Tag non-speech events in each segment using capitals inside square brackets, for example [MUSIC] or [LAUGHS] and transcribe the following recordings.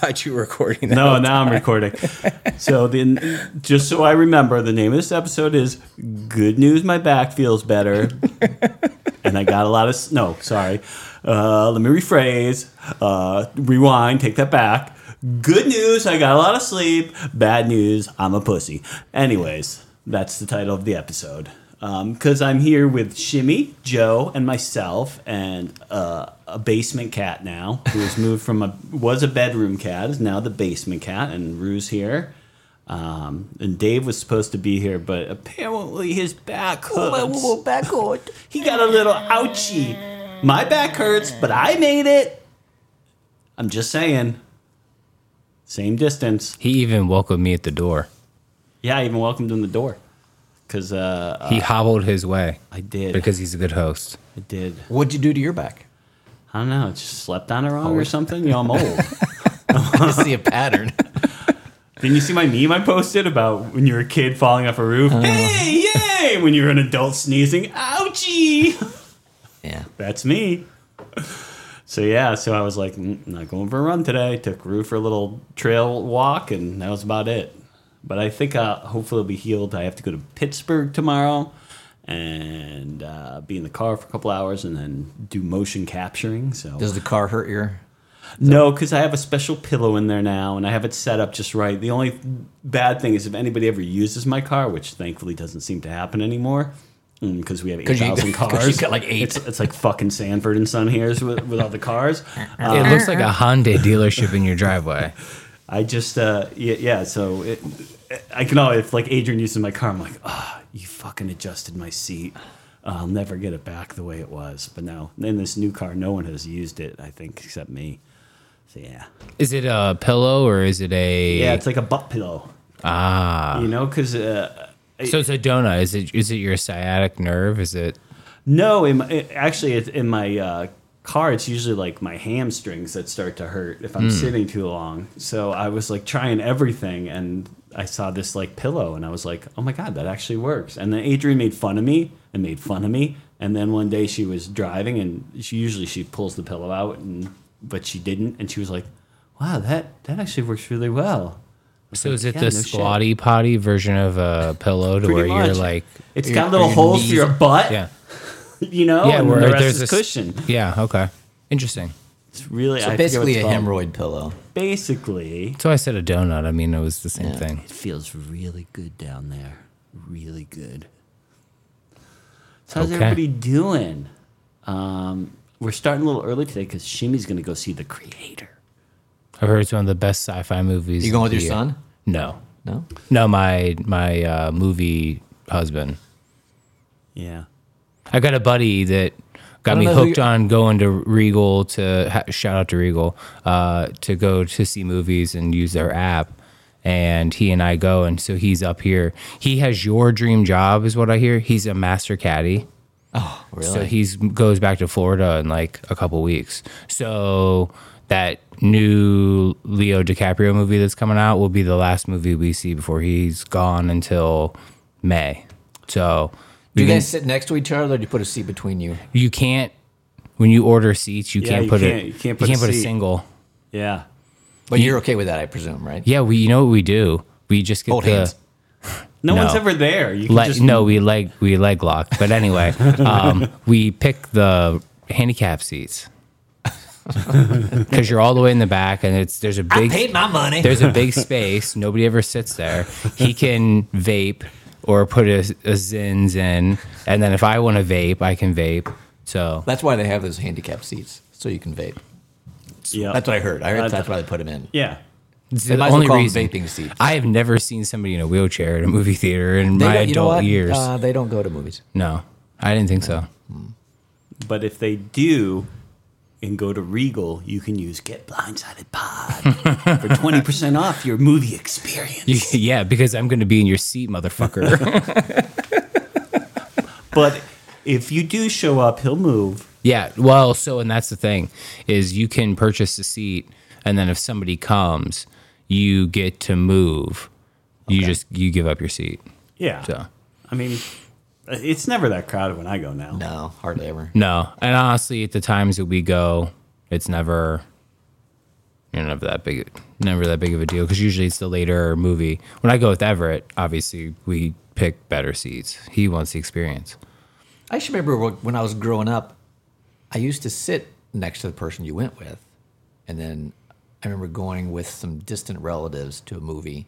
got you recording. that No, whole now I'm recording. So the just so I remember, the name of this episode is "Good News My Back Feels Better," and I got a lot of s- no. Sorry, uh, let me rephrase, uh, rewind, take that back. Good news, I got a lot of sleep. Bad news, I'm a pussy. Anyways, that's the title of the episode. Because I'm here with Shimmy, Joe, and myself, and uh, a basement cat now who has moved from a was a bedroom cat is now the basement cat, and Rue's here. Um, and Dave was supposed to be here, but apparently his back hurts. [LAUGHS] He got a little ouchy. My back hurts, but I made it. I'm just saying. Same distance. He even welcomed me at the door. Yeah, I even welcomed him the door. Cause uh, He hobbled his way I did. because he's a good host. I did. What'd you do to your [LAUGHS] back? I don't know. Just slept on it wrong or something. Yeah, I'm old. I see a pattern. [LAUGHS] Didn't you see my meme I posted about when you were a kid falling off a roof? Hey, yay! When you were an adult sneezing, ouchie. [LAUGHS] Yeah. That's me. So yeah, so I was like, "Mm, not going for a run today. Took Rue for a little trail walk, and that was about it. But I think uh, hopefully I'll be healed. I have to go to Pittsburgh tomorrow and uh, be in the car for a couple hours, and then do motion capturing. So Does the car hurt your? no, because I have a special pillow in there now, and I have it set up just right. The only bad thing is if anybody ever uses my car, which thankfully doesn't seem to happen anymore, because we have eight you- [LAUGHS] thousand 'cause cars. you've got like eight. It's, it's like fucking Sanford and Son here's with, with all the cars. [LAUGHS] Uh, It looks like a Hyundai dealership in your driveway. I just uh, yeah, yeah. So it, I can always if like Adrian uses my car, I'm like, ah, you fucking adjusted my seat. I'll never get it back the way it was. But now in this new car, no one has used it. I think except me. So yeah. Is it a pillow or is it a? Yeah, it's like a butt pillow. Ah. You know, because uh, so it's a donut. Is it? Is it your sciatic nerve? Is it? no, in my, it- actually, it's in my uh, car, it's usually like my hamstrings that start to hurt if I'm sitting too long. So I was like trying everything, and I saw this like pillow, and I was like, oh my god, that actually works. And then Adrienne made fun of me and made fun of me, and then one day she was driving, and she usually she pulls the pillow out, and but she didn't, and she was like, wow, that that actually works really well. So is it yeah, the no shit. squatty potty version of a pillow to where Pretty you're much. like, It's Your- got little your holes for knees- your butt. yeah, you know, yeah, Oh, and then the rest there's is a s- cushion. Yeah. Okay. Interesting. It's really I So forget what basically a it's called. hemorrhoid pillow. Basically, So I said a donut. I mean, it was the same thing. it feels really good down there. Really good. So how's Okay. everybody doing? Um, we're starting a little early today because Shimmy's going to go see the creator. I've heard it's one of the best sci-fi movies. You going with your of the year. son? No, No. no, my my uh, movie husband. Yeah. I got a buddy that got don't me know who hooked you- on going to Regal to ha- shout out to Regal uh, to go to see movies and use their app. And he and I go, and so he's up here. He has your dream job, is what I hear. He's a master caddy, Oh, really? so he's goes back to Florida in like a couple weeks. So that new Leo DiCaprio movie that's coming out will be the last movie we see before he's gone until May. So do you we can- guys sit next to each other, or do you put a seat between you? you can't when you order seats you Yeah, can't you put can't- it you can't put a a seat. single Yeah. But you're okay with that, I presume, right? yeah we you know what we do we just get Hold the hands. No, No. one's ever there. You can le- just no we leg we leg lock but anyway um, we pick the handicap seats because you're all the way in the back and it's there's a I big paid my money. there's a big space nobody ever sits there he can vape or put a, a zins in and then if i want to vape i can vape so That's why they have those handicapped seats, so you can vape. Yeah. That's what I heard. I heard Uh, that's why they put them in. Yeah. it's They the might as well only call 'em reason vaping seats. I have never seen somebody in a wheelchair at a movie theater in They my don't- you know adult what? years. Uh, they don't go to movies. no, I didn't think so. [LAUGHS] But if they do and go to Regal, you can use Get [LAUGHS] Blindsided Pod for 20% off your movie experience. You- yeah, because I'm going to be in your [LAUGHS] seat, motherfucker. But if you do show up, he'll move. yeah. Well, so and that's the thing is you can purchase a seat, and then if somebody comes, you get to move. You just you give up your seat. Yeah. So I mean, it's never that crowded when I go now. No, hardly ever. no, and honestly, at the times that we go, it's never you know never that big. never that big of a deal because usually it's the later movie. When I go with Everett, obviously we pick better seats. He wants the experience. I just remember wh- when I was growing up, I used to sit next to the person you went with. And then I remember going with some distant relatives to a movie.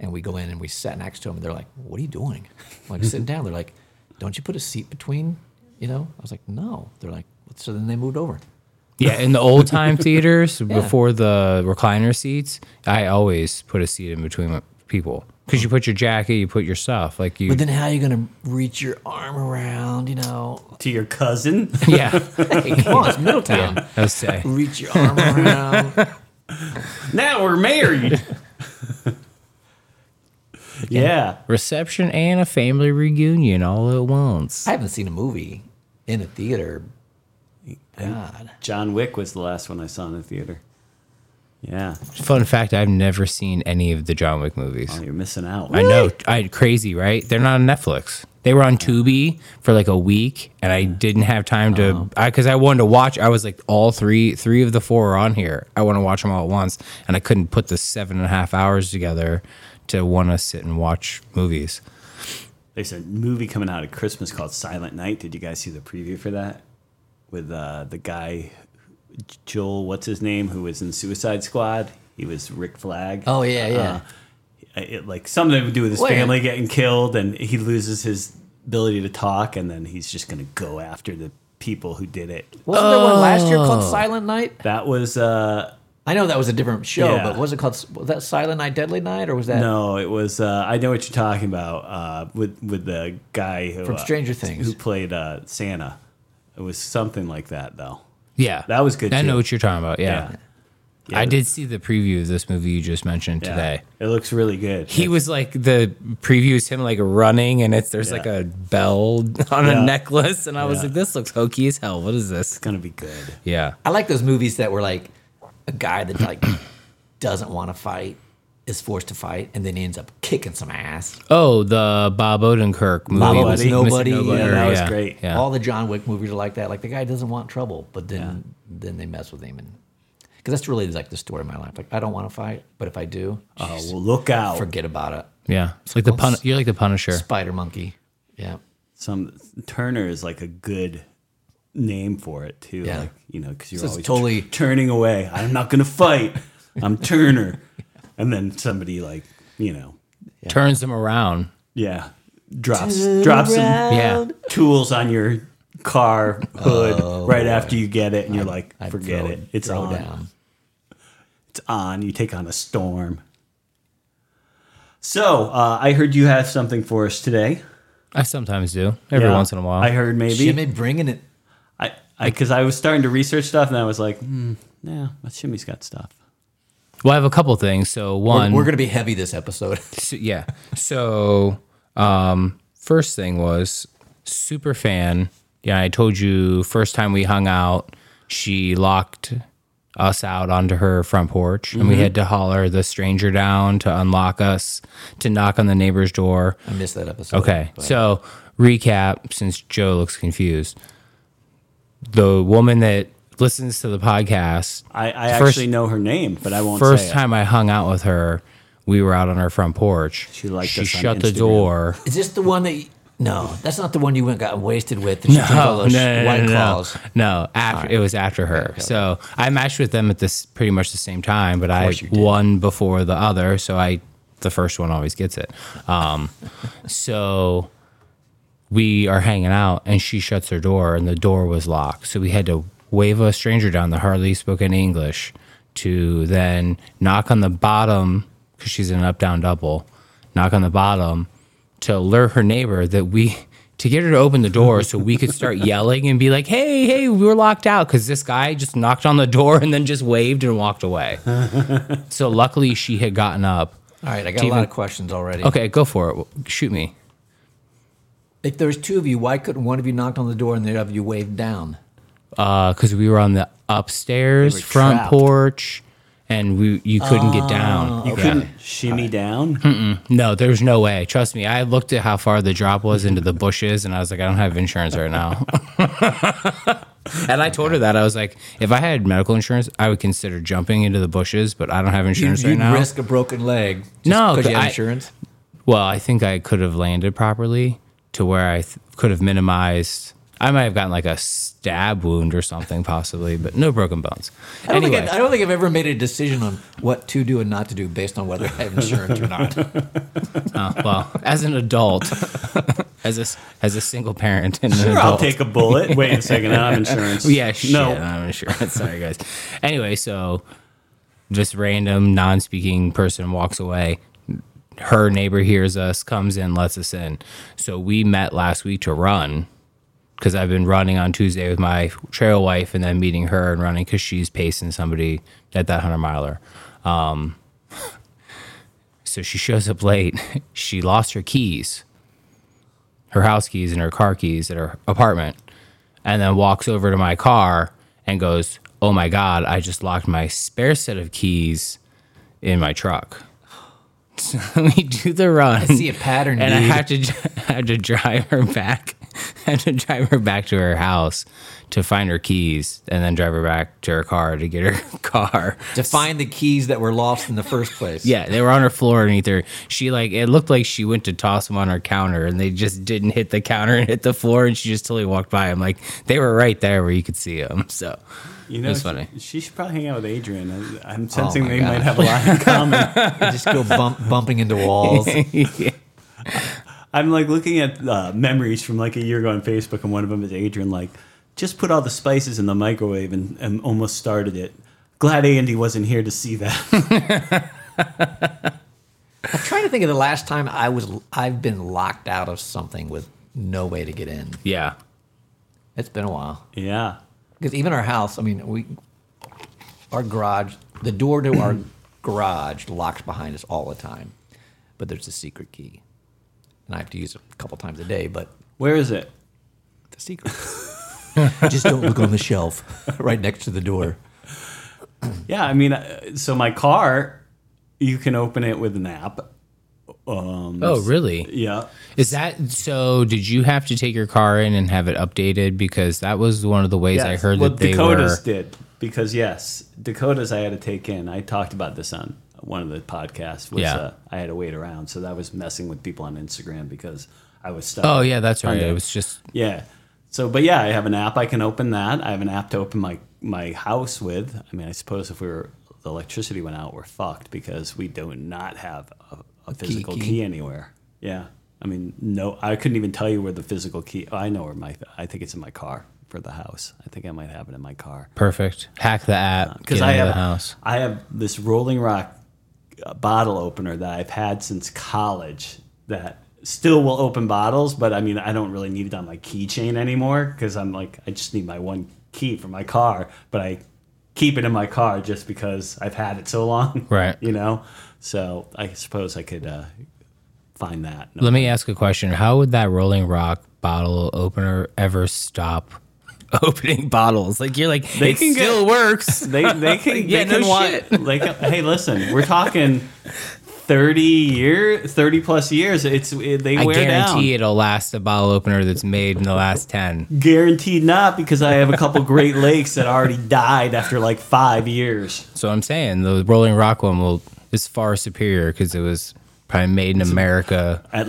And we go in and we sat next to them. And they're like, What are you doing? I'm like, sitting down. They're like, Don't you put a seat between? You know? I was like, No. They're like, So then they moved over. Yeah, in the old time [LAUGHS] theaters before the recliner seats, I always put a seat in between my- people because you put your jacket, you put your stuff, like [LAUGHS] you. But then how are you going to reach your arm around? You know? To your cousin? [LAUGHS] yeah, Hey, come on, it's Middletown. yeah, I would say. Reach your [LAUGHS] arm around. now we're married. yeah. reception and a family reunion all at once. I haven't seen a movie in a theater. God. John Wick was the last one I saw in the theater. Yeah. Fun fact: I've never seen any of the John Wick movies. Oh, you're missing out. I know, I crazy, right? They're not on Netflix. They were on Tubi for like a week, and I didn't have time Oh. to, because I, wanted to watch. I was like, all three, three of the four are on here. I want to watch them all at once, and I couldn't put the seven and a half hours together to want to sit and watch movies. There's a movie coming out at Christmas called Silent Night. Did you guys see the preview for that? With uh, the guy, Joel, what's his name, who was in Suicide Squad? He was Rick Flag. Oh, yeah, yeah. it, like something to do with his Wait. family getting killed, and he loses his ability to talk, and then he's just going to go after the people who did it. Wasn't there one last year called Silent Night? That was uh, I know that was a different show, Yeah. but was it called was that Silent Night, Deadly Night, or was that no, it was uh, I know what you're talking about uh, with with the guy who From uh, Stranger Things. who played uh, Santa. It was something like that though. Yeah, That was good, I know too. what you're talking about. Yeah. Yeah. I did see the preview of this movie you just mentioned Yeah. today. It looks really good. He was like the preview is him like running, and it's there's like Yeah. a bell [LAUGHS] on Yeah. a necklace, and I was Yeah. like, this looks hokey as hell. What is this? It's gonna be good. Yeah, I like those movies that were like a guy that like [CLEARS THROAT] doesn't want to fight is forced to fight and then he ends up kicking some ass. Oh, the Bob Odenkirk movie. Nobody. Missing Nobody, Nobody, yeah, or- that was great. Yeah. All the John Wick movies are like that. Like the guy doesn't want trouble, but then then they mess with him and because that's really like the story of my life. Like I don't want to fight, but if I do, Uh-huh. Oh well, look out! forget about it. yeah. It's like the pun- you're like the Punisher. Spider monkey. Yeah. Some Turner is like a good name for it too. Yeah. Like, you know, because you're So it's always totally- t- turning away. I'm not gonna fight. I'm [LAUGHS] Turner, and then somebody like you know, Turns them around. yeah, drops drops some Yeah. tools on your car hood right after you get it, and you're like, Oh, I'd forget throw- it. It's throw on. It's on. You take on a storm. So uh, I heard you have something for us today. I sometimes do every Yeah. once in a while. I heard maybe Jimmy bringing it I because I, was starting to research stuff and I was like, mm, yeah, Jimmy's got stuff. well, I have a couple things. So We're, one, we're gonna be heavy this episode. [LAUGHS] So, yeah. So, um, first thing was super fan. Yeah, I told you first time we hung out, she locked us out onto her front porch, and Mm-hmm. we had to holler the stranger down to unlock us, to knock on the neighbor's door. I missed that episode. Okay. but- So, recap since Joe looks confused. The woman that listens to the podcast I, I First- actually know her name, but I won't first say time I hung out with her, we were out on her front porch. She liked She us on shut the Instagram. door. Is this the one that? You, no, that's not the one you went got wasted with. And she drank [LAUGHS] all Oh, [LAUGHS] No, those no, no, white no, no, claws. no. After it was after her, so I matched with them at this pretty much the same time, but I course you did. one before the other, so I the first one always gets it. Um, [LAUGHS] so we are hanging out, and she shuts her door, and the door was locked, so we had to wave a stranger down that hardly spoke any English to then knock on the bottom because she's in an up down double, knock on the bottom to alert her neighbor that we to get her to open the door so we could start yelling and be like, "Hey, hey, we were locked out because this guy just knocked on the door and then just waved and walked away." so luckily, she had gotten up. All right, I got a Steven- lot of questions already. Okay, go for it. Shoot me. If there's two of you, why couldn't one of you knock on the door and the other of you waved down? Uh, Because we were on the upstairs front trapped. porch, and we you couldn't get Oh, down. You Yeah. couldn't shimmy down. [LAUGHS] No, there's no way. Trust me. I looked at how far the drop was into the bushes, and I was like, I don't have insurance [LAUGHS] right now. and I told her that I was like, if I had medical insurance, I would consider jumping into the bushes, but I don't have insurance you right now. risk a broken leg. just No, because you have I- insurance. Well, I think I could have landed properly to where I th- could have minimized. I might have gotten like a stab wound or something, possibly, but no broken bones. I don't, Anyway, think I, I don't think I've ever made a decision on what to do and not to do based on whether I have insurance or [LAUGHS] not. uh, well, as an adult, [LAUGHS] as a s- as a single parent and an Sure, I'll adult, take a bullet. Wait a second, I have insurance. [LAUGHS] Yeah, shit, no, I'm sure. [LAUGHS] Sorry, guys. Anyway, so this random non-speaking person walks away. Her neighbor hears us, comes in, lets us in. So we met last week to run because I've been running on Tuesday with my trail wife, and then meeting her and running because she's pacing somebody at that hundred miler. Um, so she shows up late. [LAUGHS] she lost her keys, her house keys and her car keys at her apartment and then walks over to my car and goes, "Oh my god, I just locked my spare set of keys in my truck." [LAUGHS] So we do the run. I see a pattern, [LAUGHS] and dude. I had to [LAUGHS] I had to drive her back. [LAUGHS] I had to drive her back to her house to find her keys, and then drive her back to her car to get her [LAUGHS] car. to find the keys that were lost in the first place. Yeah, they were on her floor underneath her. She like it looked like she went to toss them on her counter, and they just didn't hit the counter and hit the floor, and she just totally walked by them. Like they were right there where you could see them. So you know, That's she- funny. Oh She, should probably hang out with Adrian. I- I'm sensing my they God. might have a lot [LAUGHS] in common. just go bump, bumping into [LAUGHS] walls. I'm like looking at uh, memories from like a year ago on Facebook, and one of them is Adrian like just put all the spices in the microwave and, and almost started it. Glad Andy wasn't here to see [LAUGHS] that. I'm trying to think of the last time I was I've been locked out of something with no way to get in. yeah, It's been a while. yeah, Because even our house, I mean, we our garage, the door to [CLEARS THROAT] our garage locks behind us all the time, but there's a secret key, and I have to use it a couple times a day. But where is it? the secret, [LAUGHS] just don't look on the shelf [LAUGHS] right next to the door. Yeah, I mean, uh, so my car, you can open it with an app. Um, Oh, really? yeah. Is that so? Did you have to take your car in and have it updated? Because that was one of the ways I Yes. heard well, that they Dakotas were. did because yes, Dakotas I had to take in. I talked about this on one of the podcasts. Was, Yeah. uh, I had to wait around, so that was messing with people on Instagram because I was stuck. Oh yeah, that's right. Hyundai. It was just yeah. So, but yeah, I have an app. I can open that. I have an app to open my my house with. I mean, I suppose if we were the electricity went out, we're fucked because we do not have a, a physical key, key. anywhere. Yeah. I mean, no, I couldn't even tell you where the physical key. I know where my. I think it's in my car for the house. I think I might have it in my car perfect. Hack the app. because Get Uh, I into have the house. I have this Rolling Rock uh, bottle opener that I've had since college that still will open bottles, but I mean I don't really need it on my keychain anymore because I'm like I just need my one key for my car, but I keep it in my car just because I've had it so long, Right. [LAUGHS] You know, so I suppose I could uh, find that. No. Let me ask a question. How would that Rolling Rock bottle opener ever stop [LAUGHS] opening bottles? Like you're like it can still works. [LAUGHS] They they can [LAUGHS] Yeah, they can no want shit. they can, hey listen we're talking thirty year thirty plus years it's it, they I wear down guarantee it'll last a bottle opener that's made in the last ten. Guaranteed not, because I have [LAUGHS] a couple Great Lakes that already died after like five years. So I'm saying the Rolling Rock one will is far superior because it was probably made in America. At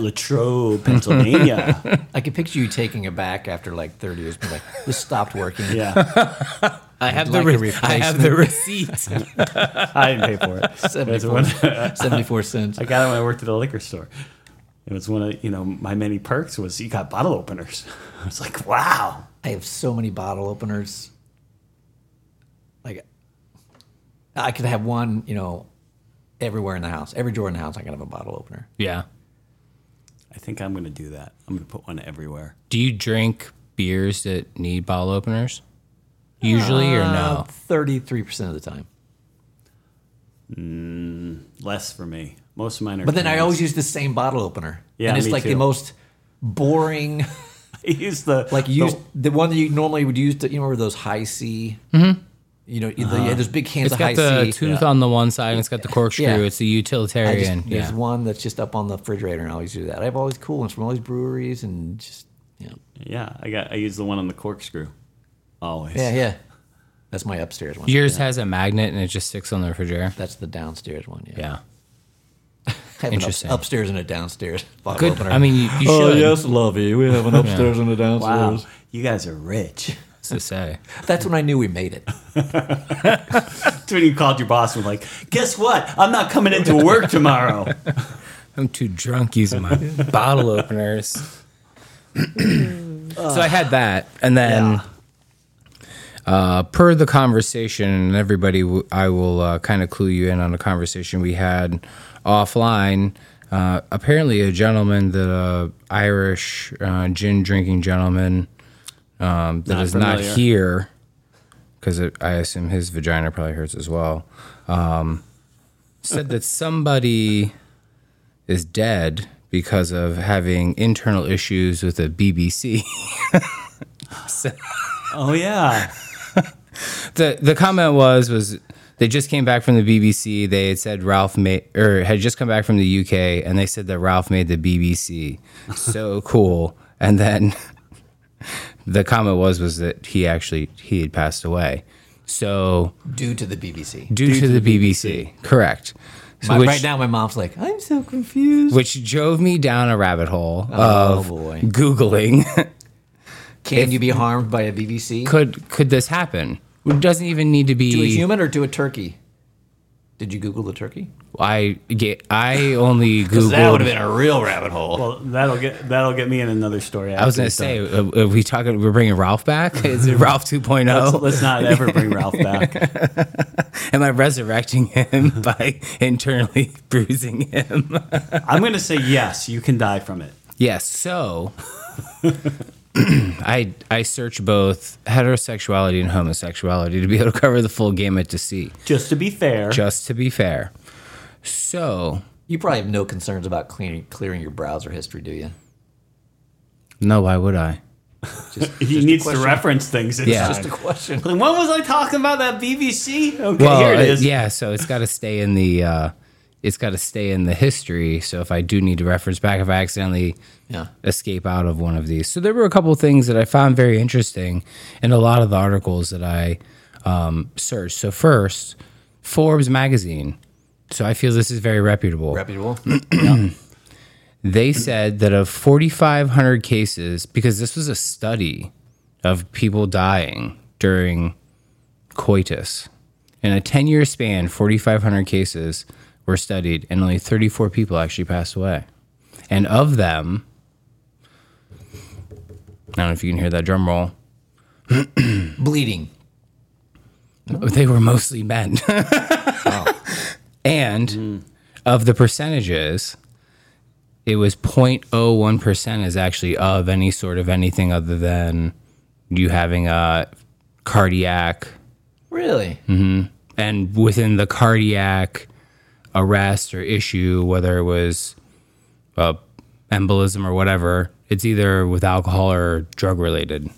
[LAUGHS] Latrobe, Pennsylvania. I can picture you taking it back after like 30 years, being like, "This stopped working." [LAUGHS] Yeah, I have like the a re- I have the receipt. I didn't pay for it. It's 74, [LAUGHS] one- 74 cents. I got it when I worked at a liquor store. It was one of you know my many perks was you got bottle openers. [LAUGHS] I was like, wow. I have so many bottle openers. Like, I could have one, you know, everywhere in the house, every drawer in the house. I can have a bottle opener. [LAUGHS] yeah. I think I'm gonna do that. I'm gonna put one everywhere. Do you drink beers that need bottle openers? Usually or Uh, no? Um, Thirty-three percent of the time. Less for me. Most of mine are. But then I cans. always use the same bottle opener. Yeah, and it's me like too. the most boring, [LAUGHS] I use the like the- use the one that you normally would use to you remember those high C. You know, you- they had those big cans It's of got high the C. tooth on the one side and it's got the corkscrew. Yeah. It's I a just- utilitarian. There's yeah. one that's just up on the refrigerator, and I always do that. I have all these cool ones from all these breweries, and just you know, Yeah, I got. I use the one on the corkscrew. Always. yeah, yeah. That's my upstairs one. Yours has a magnet and it just sticks on the refrigerator. That's the downstairs one. Yeah, Yeah. I have an interesting. Up, upstairs and a downstairs. [LAUGHS] bottle Good. opener. I mean, you, you Oh, should. lovey, we [LAUGHS] have an upstairs and a Wow, you guys are rich. [LAUGHS] What's to say? That's when I knew we made it. That's when you called your boss and was like, "Guess what? I'm not coming into work [LAUGHS] tomorrow." I'm too drunk using my bottle openers. so I had that, and then uh, per the conversation, and everybody, w- I will uh, kind of clue you in on a conversation we had offline. Uh, apparently, a gentleman, the uh, Irish uh, gin drinking gentleman um, that Not is not familiar. here, because I assume his vagina probably hurts as well, um, said that somebody is dead because of having internal issues with a BBC. oh yeah, [LAUGHS] the the comment was was they just came back from the BBC. They had said Ralph made or had just come back from the UK, and they said that Ralph made the BBC. [LAUGHS] So cool. And then [LAUGHS] the comment was was that he actually he had passed away. So Due to the BBC. due, to, the, BBC. correct. So My, [LAUGHS] which- right now, my mom's like, I'm so confused. which drove me down a rabbit hole Oh, of boy. googling [LAUGHS] Can you be harmed by a BBC? could could this happen? It doesn't even need to be. to a human or to a turkey? Did you Google the turkey? I get. I [LAUGHS] only googled. been a real rabbit hole. well that'll get that'll get me in another story. I was gonna say, uh, are we talking? We're bringing [LAUGHS] Ralph back. Is it Ralph 2.0? let's not ever bring Ralph [LAUGHS] back. Am I [LAUGHS] resurrecting him by internally [LAUGHS] bruising him? I'm gonna say yes. You can die from it. Yes. So, [CLEARS THROAT] I I search both heterosexuality and homosexuality to be able to cover the full gamut to see. Just to be fair, Just to be fair. So You probably have no concerns about clearing clearing your browser history, do [LAUGHS] you? no, why would I? Just, he needs to reference things. It's Yeah. just- just a question. when was I talking about that BBC? Okay, Well, here it uh, is. yeah, so it's got to stay in the uh, it's got to stay in the history. So if I do need to reference back, if I accidentally Yeah. escape out of one of these, so there were a couple of things that I found very interesting in a lot of the articles that I um, searched. So first, Forbes magazine. So I feel this is very reputable. [CLEARS THROAT] Reputable. they said that of 4,500 cases, because this was a study of people dying during coitus. In a 10 year span, 4,500 cases were studied, and only 34 people actually passed away. And of them, I don't know if you can hear that drum roll, Bleeding. they were mostly men. [LAUGHS] And of the percentages, it was 0.01% is actually of any sort of anything other than you having a cardiac Really? Hmm. and within the cardiac arrest or issue, whether it was uh, embolism or whatever, it's either with alcohol or drug related.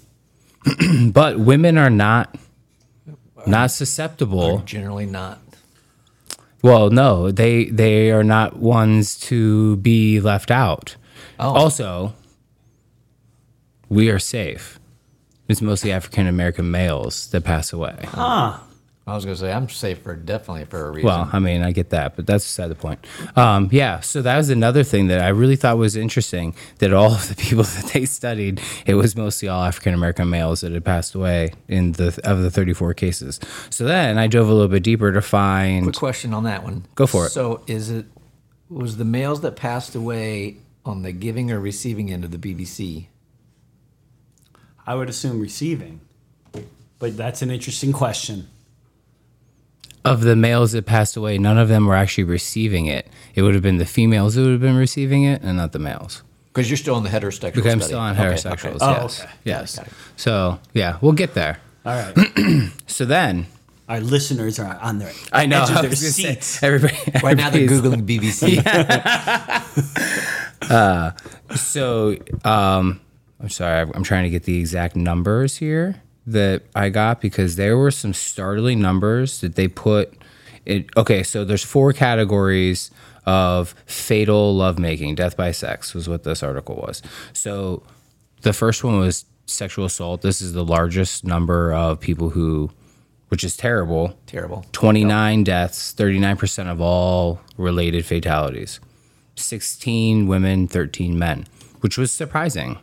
[CLEARS THROAT] but women are not not susceptible. Generally not. Well, no, they they are not ones to be left out. Also, we are safe. It's mostly African American males that pass away. I was gonna say I'm safe for definitely for a reason. Well, I mean, I get that, but that's beside the point. Um, yeah, so that was another thing that I really thought was interesting that all of the people [LAUGHS] that they studied, it was mostly all African American males that had passed away in the of the 34 cases. So then I dove a little bit deeper to find Quick question on that one. Go for it. So is it was the males that passed away on the giving or receiving end of the BBC? I would assume receiving, but that's an interesting question. of the males that passed away, none of them were actually receiving it. It would have been the females that would have been receiving it and not the males. Because you're still on the heterosexual. Because I'm study. still on Okay, okay. heterosexuals. Oh, yes. okay. Got it, Yes. got it. So, yeah, we'll get there. All right. So then, [CLEARS THROAT] our listeners are on their I know. edge of I their was gonna say, seats. everybody, Right now they're everybody's- googling BBC. [LAUGHS] Uh, So, um, I'm sorry, I'm trying to get the exact numbers here. that I got because there were some startling numbers that they put. It okay, so there's four categories of fatal lovemaking, death by sex was what this article was. So the first one was sexual assault. This is the largest number of people who, which is terrible. Terrible. 29 deaths, 39% of all related fatalities. 16 women, 13 men, which was surprising.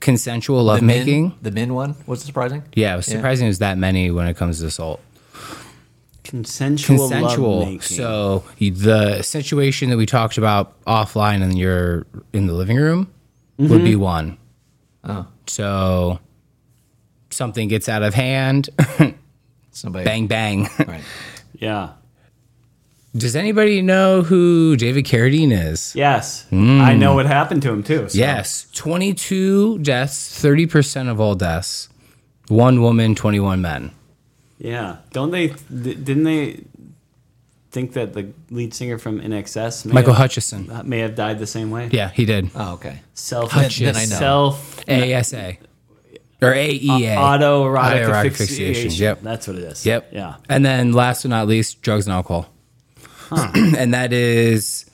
Consensual lovemaking? Men, the men one was surprising. Yeah, it was surprising there's that many when it comes to assault. Consensual, Consensual. lovemaking. So you- the situation that we talked about offline in your in the living room would be one. So something gets out of hand, [LAUGHS] Somebody. bang bang. [LAUGHS] Right. yeah. Does anybody know who David Carradine is? Yes. Hmm. I know what happened to him too. so- Yes, 22 deaths, 30% of all deaths. One woman, 21 men. Yeah. Don't they? th- Didn't they think that the lead singer from NXS, may Michael have, Hutchison. uh, may have died the same way? Yeah, he did. Oh, okay. Self. Hutchison. Then I know. Self. ASA or E Uh, AEA. Autoerotic Autoerotic asphyxiation. Yep. That's what it is. Yep. Yeah. And then last but not least, drugs and alcohol. [CLEARS THROAT] and that is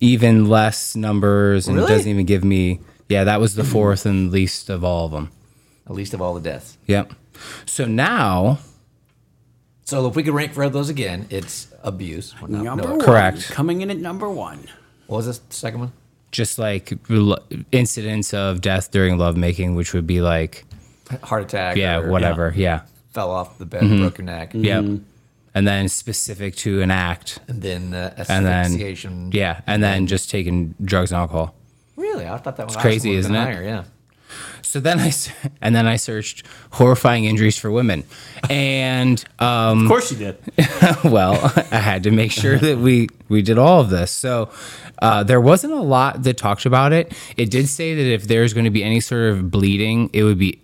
even less numbers and Really? it doesn't even give me. Yeah, that was the fourth and least of all of them. At least of all the deaths. Yep. So now, So if we could rank for those again, it's abuse. Well, no, Number no. one. Correct. Coming in at number one. What was this the second one? just like rel- incidents of death during lovemaking, which would be like, Heart attack. yeah, Mm-hmm. or whatever. Mm-hmm. Yeah. Fell off the bed, broke your neck, Yep. And then specific to an act. and then uh, And then, asphyxiation. yeah. And then just taking drugs and alcohol. Really, I thought that was crazy, awesome. isn't it? Higher, yeah. So then I s- [LAUGHS] and then I searched horrifying injuries for women, and um, Of course you did. [LAUGHS] well, I had to make sure that we we did all of this. So uh, there wasn't a lot that talked about it. It did say that if there's going to be any sort of bleeding, it would be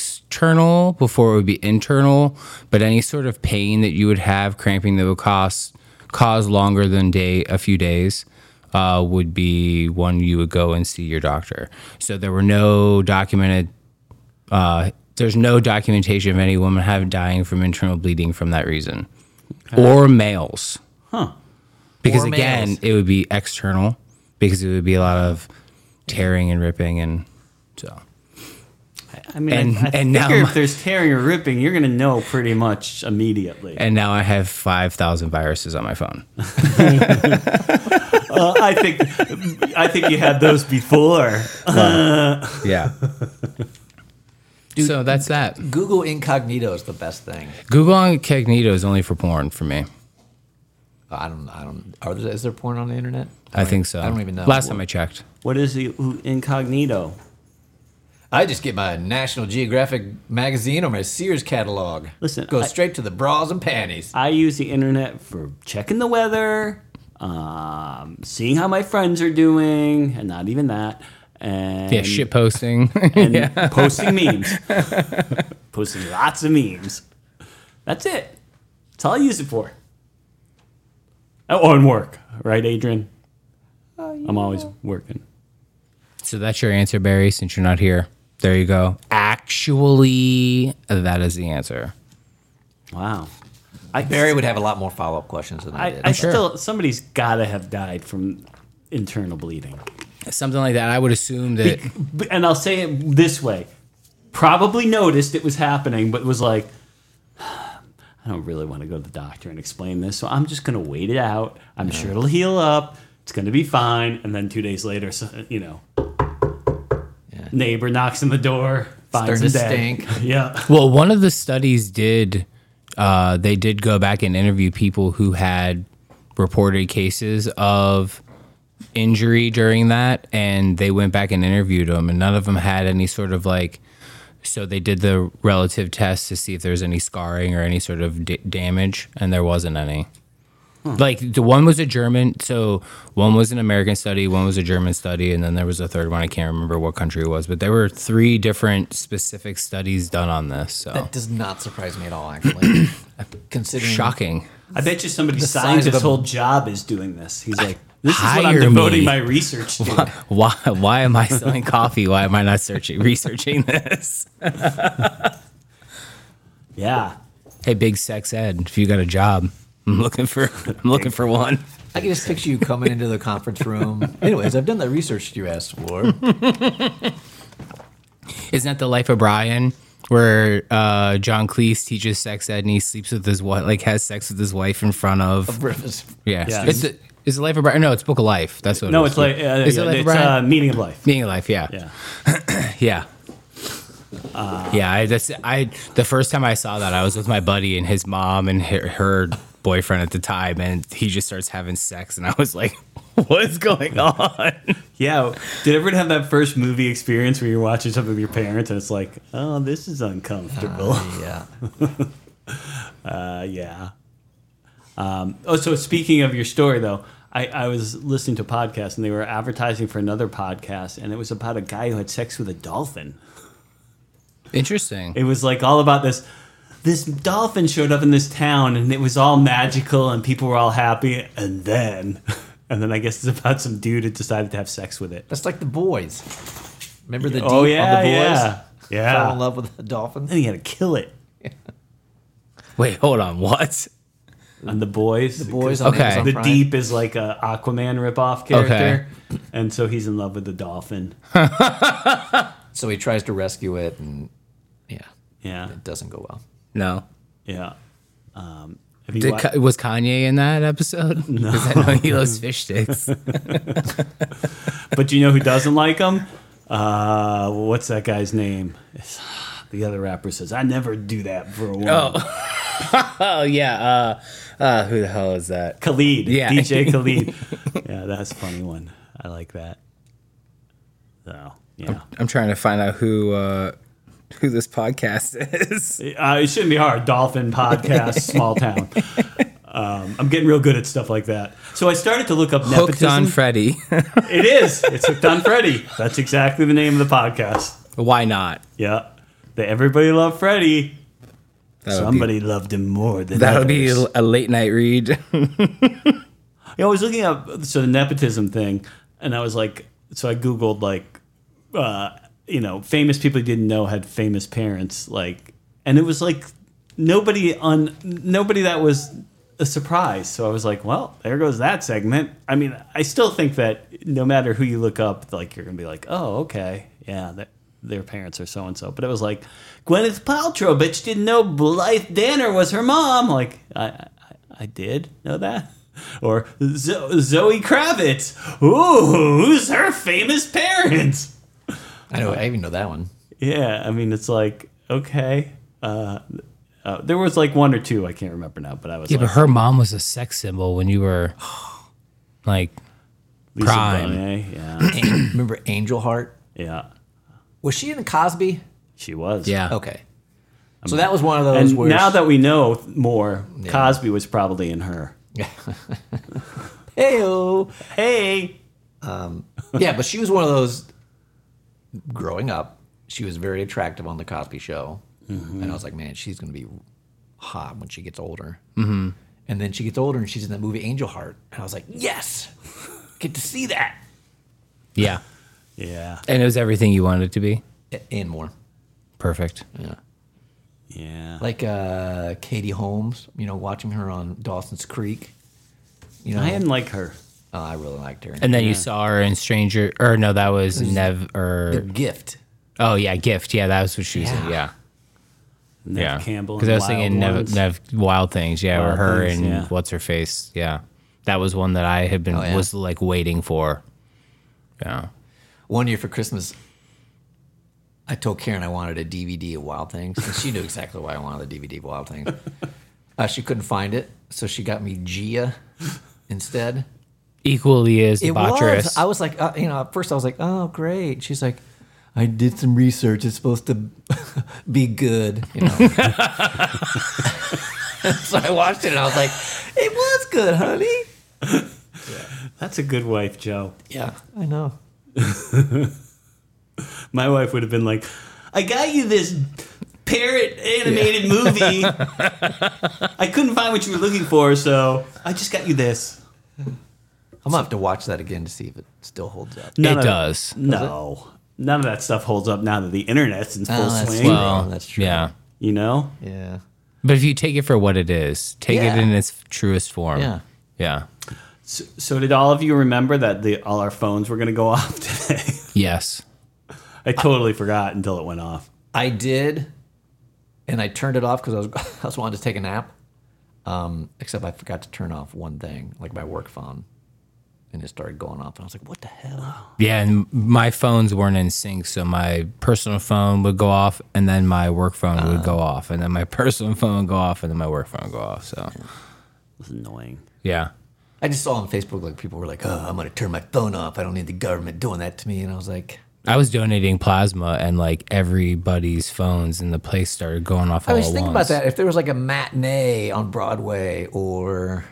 external before it would be internal. But any sort of pain that you would have, cramping that would cause cause longer than day a few days. Uh, would be one you would go and see your doctor. So there were no documented uh, there's no documentation of any woman having dying from internal bleeding from that reason, or males. Huh? Because Or again, males. it would be external, because it would be a lot of tearing and ripping, and so I mean, And- I, I and now figure my- if there's tearing or ripping, you're going to know pretty much [LAUGHS] immediately. and now I have five thousand viruses on my phone. Uh, I think I think you had those before. Yeah. so that's that. Google incognito is the best thing. Google incognito is only for porn for me. I don't. I don't. Are there, is there porn on the internet? I, think so. I don't even know. Last time I checked. What is the who- incognito? I just get my National Geographic magazine or my Sears catalog. Listen, go I- straight to the bras and panties. I use the internet for checking the weather, um, seeing how my friends are doing, and not even that. And, Yeah, shit posting. [LAUGHS] and posting memes. posting lots of memes. That's it. That's all I use it for. Oh, and work, right, Adrian? I'm always working. So that's your answer, Barry, since you're not here. There you go. Actually, that is the answer. Wow. I, Barry would have a lot more follow up questions than I, I, did. I still somebody's got to have died from internal bleeding. Something like that. I would assume that. B- And I'll say it this way: probably noticed it was happening, but was like, [SIGHS] I don't really want to go to the doctor and explain this, so I'm just going to wait it out. I'm sure it'll heal up. It's going to be fine. And then two days later, so, you know, neighbor knocks on the door, finds him Starting dead. to stink. [LAUGHS] Yeah, well, one of the studies did. Uh, they did go back and interview people who had reported cases of injury during that, and they went back and interviewed them, and none of them had any sort of like. So they did the relative test to see if there was any scarring or any sort of d- damage, and there wasn't any. Like the one was a German, so one was an American study, one was a German study, and then there was a third one. I can't remember what country it was, but there were three different specific studies done on this. So That does not surprise me at all, [COUGHS] actually. Considering shocking. I bet you somebody size signed of his a- whole job is doing this. He's like, This is what I'm Hire devoting me. my [LAUGHS] research to. Why? Why am I selling coffee? Why am I not searching researching this? yeah. Hey, big sex ed. If you got a job, I'm looking for. I'm looking for one. I can just picture you coming into the conference [LAUGHS] room. Anyways, I've done that research you asked for. [LAUGHS] Isn't that the life of Brian? Where uh, John Cleese teaches sex ed and he sleeps with his wife, like has sex with his wife in front of. Yeah, Yeah. it's the, is the life of Brian. No, it's Book of Life. That's what. No, it is. it's like uh, is it yeah, life of it's Brian? uh, meaning of life. Being alive, yeah, Yeah. yeah. yeah, I, that's I. The first time I saw that, I was with my buddy and his mom and her, her boyfriend at the time, and he just starts having sex, and I was like, [LAUGHS] "What's going on?" Yeah. Did everyone have that first movie experience where you're watching something with your parents and it's like, oh, this is uncomfortable? yeah. Uh, yeah. Um, oh, so speaking of your story, though, I, I was listening to a podcast and they were advertising for another podcast, and it was about a guy who had sex with a dolphin. Interesting. It was like all about this. This dolphin showed up in this town, and it was all magical, and people were all happy. And then, [LAUGHS] and then I guess it's about some dude who decided to have sex with it. That's like the boys. Remember the deep Oh yeah, on the boys? yeah, Fell in yeah. love with the dolphin? Then he had to kill it. Wait, hold on. What? And the boys, The boys on Okay. Amazon the Prime. deep is like a Aquaman ripoff character, and so he's in love with the dolphin. So he tries to rescue it, and yeah, Yeah, it doesn't go well. No. yeah. Um, have you Did, wa- Ka- was Kanye in that episode? No. I know he loves fish sticks. but you know who doesn't like him? Uh, what's that guy's name? It's- [SIGHS] the other rapper says, "I never do that for a woman." [LAUGHS] oh yeah. Uh, uh, who the hell is that? Khalid, Yeah. DJ Khalid. yeah, that's a funny one. I like that. So yeah, I'm trying to find out who uh, who this podcast is. uh, it shouldn't be hard. Dolphin [LAUGHS] podcast, small town. Um, I'm getting real good at stuff like that. So I started to look up Hooked nepotism. on Freddy. [LAUGHS] It is. It's Hooked on Freddy. That's exactly the name of the podcast. Why not? Yeah. The Everybody Loved Freddy. That would be- Somebody loved him more than That would be others. a late night read. Yeah, I was looking up so the nepotism thing, and I was like, so I googled like, uh, you know, famous people you didn't know had famous parents, like, and it was like nobody on nobody that was a surprise. So I was like, well, there goes that segment. I mean, I still think that no matter who you look up, like you're gonna be like, oh, okay, yeah, that. Their parents are so and so, but it was like Gwyneth Paltrow, bitch, didn't know Blythe Danner was her mom. Like, I, I, I did know that. Or Zo- Zoe Kravitz. Ooh, who's her famous parents? I know. I even know that [CLEARS THROAT] one. Yeah, I mean, it's like, okay. Uh, uh, there was like one or two, I can't remember now, but I was yeah, but like, her mom was a sex symbol when you [GASPS] were like, Lisa prime. Bonet. Yeah, An- Remember Angel Heart? yeah, Was she in Cosby? she was. yeah. Okay. So that was one of those And where now that we know more, Cosby was probably in her. [LAUGHS] Heyo. Hey. yeah, but she was one of those. Growing up, she was very attractive on the Cosby Show, and I was like, man, she's gonna be hot when she gets older. Mm-hmm. And then she gets older, and she's in that movie Angel Heart, and I was like, yes, get to see that Yeah. Yeah, And it was everything you wanted it to be. A- and more. Perfect. yeah. Like uh, Katie Holmes, you know, watching her on Dawson's Creek. You know, I didn't like her. oh, I really liked her. And then you saw her in Stranger, or no, that was Nev, The or gift. oh yeah, Gift. Yeah, that was what she was in. Yeah. Yeah. Nev yeah. Campbell. Because I and Wild was thinking Nev, Ones. Nev Wild Things. Yeah, or Wild her Things, and yeah. what's her face. Yeah, that was one that I had been Oh, yeah. was like waiting for. Yeah. One year for Christmas, I told Karen I wanted a DVD of Wild Things, and she knew exactly why I wanted the DVD of Wild Things. Uh, she couldn't find it, so she got me Gia instead. Equally as It was. debaucherous. I was like, uh, you know, at first I was like, oh, great. She's like, I did some research. It's supposed to [LAUGHS] be good, you [LAUGHS] know. so I watched it and I was like, it was good, honey. That's a good wife, Joe. Yeah, I know. My wife would have been like, I got you this parrot animated movie. [LAUGHS] I couldn't find what you were looking for, so I just got you this. I'm gonna have to watch that again to see if it still holds up. None It of- does. No. None of that stuff holds up now that the internet's in full Oh, that's swing. true. Well, that's true. Yeah. You know? Yeah. But if you take it for what it is, take Yeah. it in its truest form. Yeah. Yeah. So, so did all of you remember that the all our phones were going to go [LAUGHS] off today? Yes. I totally forgot until it went off. I did, and I turned it off because I was [LAUGHS] I was wanting to take a nap. Um, except I forgot to turn off one thing, like my work phone, and it started going off, and I was like, "What the hell?" Yeah, and my phones weren't in sync, so my personal phone would go off, and then my work phone would go Uh. off, and then my [LAUGHS] personal phone would go off, and then my work phone would go off. So, It was annoying. yeah, I just saw on Facebook like people were like, "Oh, I'm gonna turn my phone off. I don't need the government doing that to me," and I was like, I was donating plasma, and like everybody's phones in the place started going off. I all was at thinking once. about that. If there was like a matinee on Broadway, or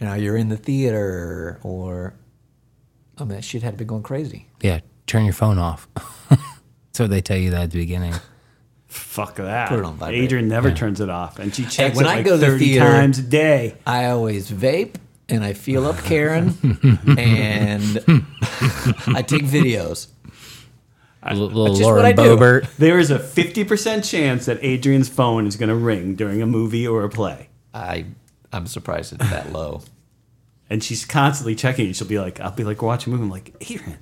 you know, you're in the theater, or I mean, that shit had to be going crazy. Yeah, turn your phone off. [LAUGHS] That's what they tell you that at the beginning. Fuck that. Put it on vibrate. Adrian never turns it off, and she checks when it I like go to the thirty theater- times a day. I always vape and I feel up Karen [LAUGHS] and [LAUGHS] I take videos. [LAUGHS] L- little just what I Lauren do. Boebert. There is a fifty percent chance that Adrian's phone is going to ring during a movie or a play, I I'm surprised it's that low. and she's constantly checking. it. She'll be like, "I'll be like, we're watching a movie." I'm like, "Adrian,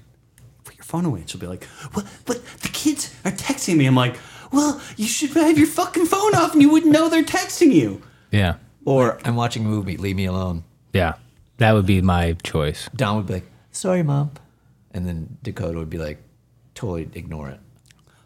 put your phone away." And she'll be like, "What? What? The kids are texting me." I'm like, "Well, you should have your fucking phone off, and you wouldn't know they're texting you." Yeah, Or I'm watching a movie, leave me alone. yeah, that would be my choice. Don would be like, "Sorry, mom," and then Dakota would be like, "Totally ignore it."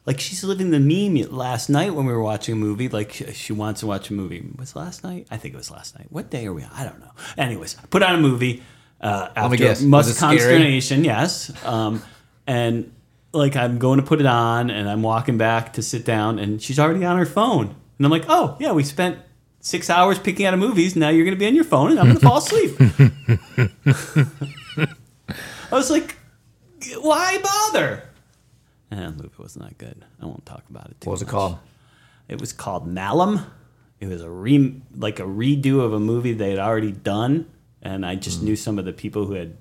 Like she's living the meme last night when we were watching a movie. Like sh- she wants to watch a movie. Was it last night? I think it was last night. What day are we on? I don't know. Anyways, I put on a movie uh, after me guess. Was it much scary? consternation. Yes, um, and like I'm going to put it on, and I'm walking back to sit down, and she's already on her phone, and I'm like, oh yeah, we spent six hours picking out of movies. Now you're going to be on your phone, and I'm going to fall [LAUGHS] asleep. I was like, why bother? And Eh, that movie was not good. I won't talk about it. Too What was it much. called? It was called Malum. It was a re like a redo of a movie they had already done, and I Hmm. just knew some of the people who had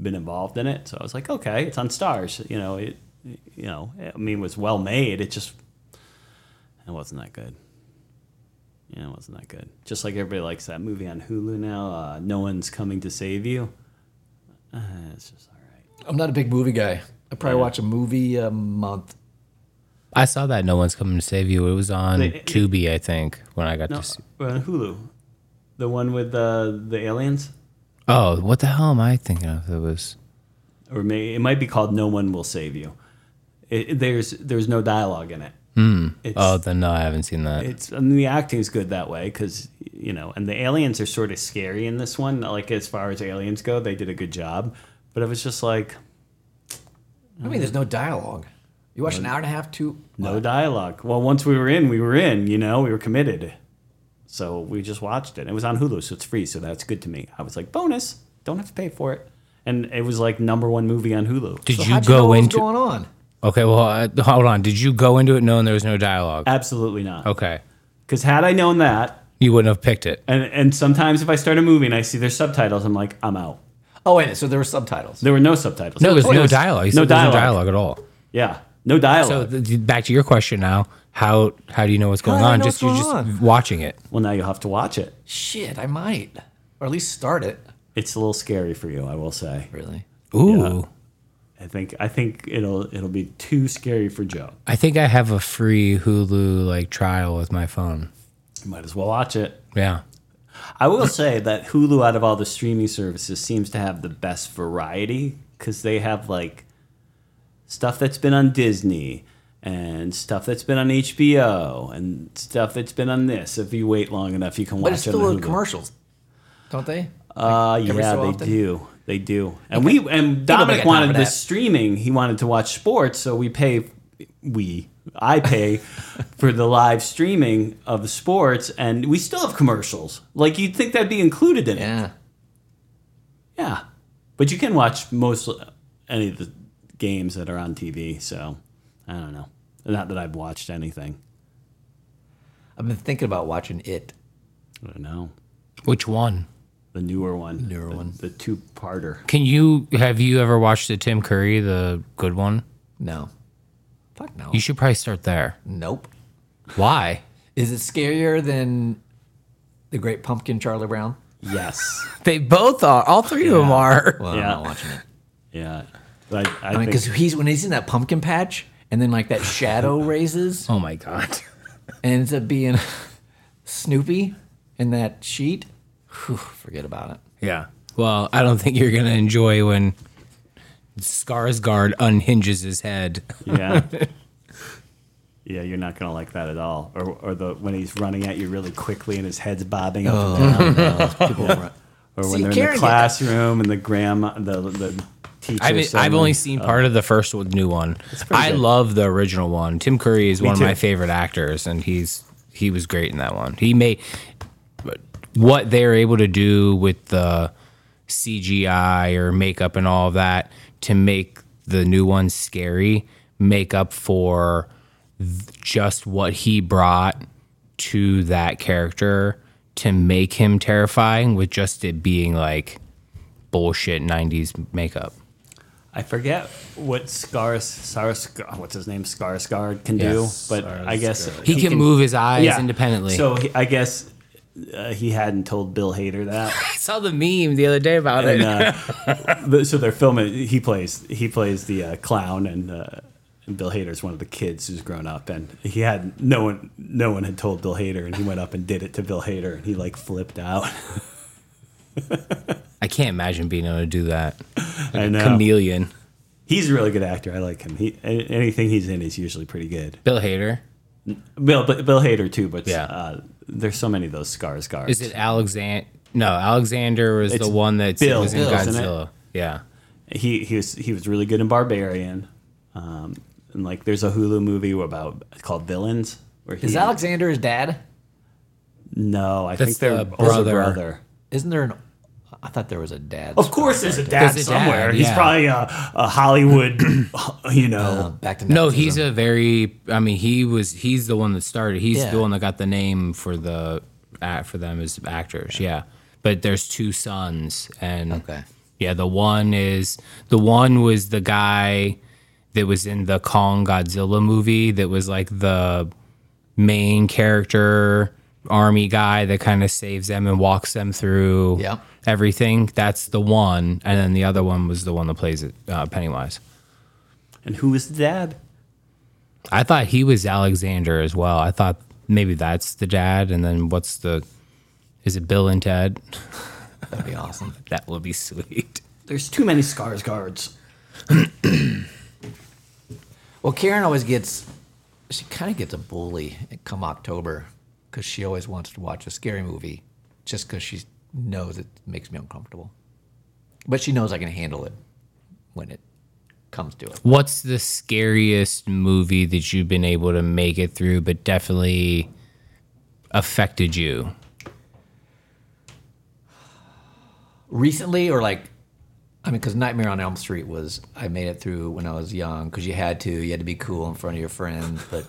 been involved in it. So I was like, okay, it's on Stars. You know, it. You know, I mean, it was well made. It just it wasn't that good. Yeah, it wasn't that good. Just like everybody likes that movie on Hulu now. Uh, no one's coming to save you. Uh, it's just all right. I'm not a big movie guy. I probably watch a movie a month. I saw that no one's coming to save you. It was on They- Tubi, I think, when I got No, to. See. uh, Hulu, the one with uh, the aliens, Oh, what the hell am I thinking of? It was or may, it might be called "No One Will Save You." It, it- there's there's no dialogue in it. It's, oh, then no, I haven't seen that. it's I mean, the acting's good that way because you know, and the aliens are sort of scary in this one. Like as far as aliens go, they did a good job, but it was just like I mean, there's no dialogue. You watch an hour and a half, two. no dialogue. Well, once we were in, we were in. You know, we were committed, so we just watched it. It was on Hulu, so it's free, so that's good to me. I was like, bonus, don't have to pay for it. And it was like number one movie on Hulu. Did So you how'd go know what was into? going on? Okay, well, I, hold on. Did you go into it knowing there was no dialogue? Absolutely not. Okay, Because had I known that, you wouldn't have picked it. and and sometimes if I start a movie and I see there's subtitles, I'm like, I'm out. Oh wait, a minute, so there were subtitles. There were no subtitles. No, there's Oh, no yes. dialogue. You No said there's dialogue. no dialogue at all. Yeah, no So dialogue. th- back to your question now. How how do you know what's going do I on? know Just what's you just going on? watching it. well, now you'll have to watch it. Shit, I might, or at least start it. It's a little scary for you, I will say. Really? Ooh, I think I think it'll it'll be too scary for Joe. I think I have a free Hulu like trial with my phone. You might as well watch it. Yeah. I will say that Hulu, out of all the streaming services, seems to have the best variety because they have like stuff that's been on Disney and stuff that's been on HBO and stuff that's been on this. If you wait long enough, you can But watch it's it still on on Hulu. commercials, don't they? Uh, every yeah, so they often? do. They do. And we and nobody got Dominic time for wanted the that. streaming. He wanted to watch sports, so we pay. We [LAUGHS] I pay for the live streaming of sports, and we still have commercials. Like you'd think that'd be included in it. Yeah. Yeah, but you can watch most uh, any of the games that are on TV. So I don't know. Not that I've watched anything. I've been thinking about watching it. I don't know. Which one? the newer one, Newer the, one. the two-parter. Can you have you ever watched the Tim Curry, the good one? No. Fuck no. You should probably start there. Nope. Why? Is it scarier than the Great Pumpkin, Charlie Brown? Yes, They both are. All three of them are. Well, Yeah. I'm not watching it. yeah. But I, I, I mean, think because he's when he's in that pumpkin patch, and then like that [LAUGHS] shadow raises, Oh my god. [LAUGHS] and ends up being Snoopy in that sheet. Whew, forget about it. Yeah. Well, I don't think you're gonna enjoy when Skarsgård unhinges his head. Yeah. Yeah, you're not gonna like that at all. Or, or the when he's running at you really quickly and his head's bobbing up, and People run- down. or See, when they're Karen in the did that. classroom and the grandma, the the teacher. I mean, I've saying- only seen part of the first one, new one. uh, pretty I good. love the original one. Tim Curry is one too. of my favorite actors, and he's he was great in that one. He made what they're able to do with the CGI or makeup and all that to make the new one scary, make up for th- just what he brought to that character to make him terrifying with just it being like bullshit 90s makeup. I forget what Scars Sars what's his name Skarsgård can Yes, do, but I guess He, can, move his eyes independently. So he, I guess uh, he hadn't told Bill Hader that. I saw the meme the other day about And, it. uh, the- so they're filming. He plays he plays the uh, clown, and, uh, and Bill Hader's one of the kids who's grown up, and he had no one no one had told Bill Hader, and he went up and did it to Bill Hader, and he like flipped out. [LAUGHS] I can't imagine being able to do that. I know Chameleon. he's a really good actor. I like him. He a- anything he's in is usually pretty good. Bill Hader. Bill but Bill Hader too, but Yeah. uh, there's so many of those scars guards. Is it Alexander? No, Alexander was It's the one that Bill, was in Bill, isn't it? Godzilla. Yeah. he he was he was really good in Barbarian, um, and like there's a Hulu movie about called Villains. Where he, Is Alexander his dad? No, I think That's they're the also brother. brother. Isn't there an? I thought there was a dad. Of course, there's a dad There's a dad, somewhere. He's yeah. probably a, a Hollywood, [CLEARS THROAT] you know. Uh, back to No, nepotism. he's a very. I mean, he was. He's the one that started. He's Yeah. the one that got the name for the at for them as actors. Yeah. But there's two sons, and Okay. yeah, the one is the one was the guy that was in the Kong Godzilla movie that was like the main character army guy that kind of saves them and walks them through Yep. everything. That's the one, and then the other one was the one that plays it, uh, Pennywise. And who is the dad? I thought he was Alexander as well. I thought maybe that's the dad, and then what's the? Is it Bill and Ted? [LAUGHS] That'd be awesome. That would be sweet. There's too many scars guards. Well, Karen always gets, she kind of gets a bully come October because she always wants to watch a scary movie just because she knows it makes me uncomfortable. But she knows I can handle it when it comes to it. What's the scariest movie that you've been able to make it through, but definitely affected you? Recently, or like, I mean, because Nightmare on Elm Street was, I made it through when I was young because you had to, you had to be cool in front of your friends. But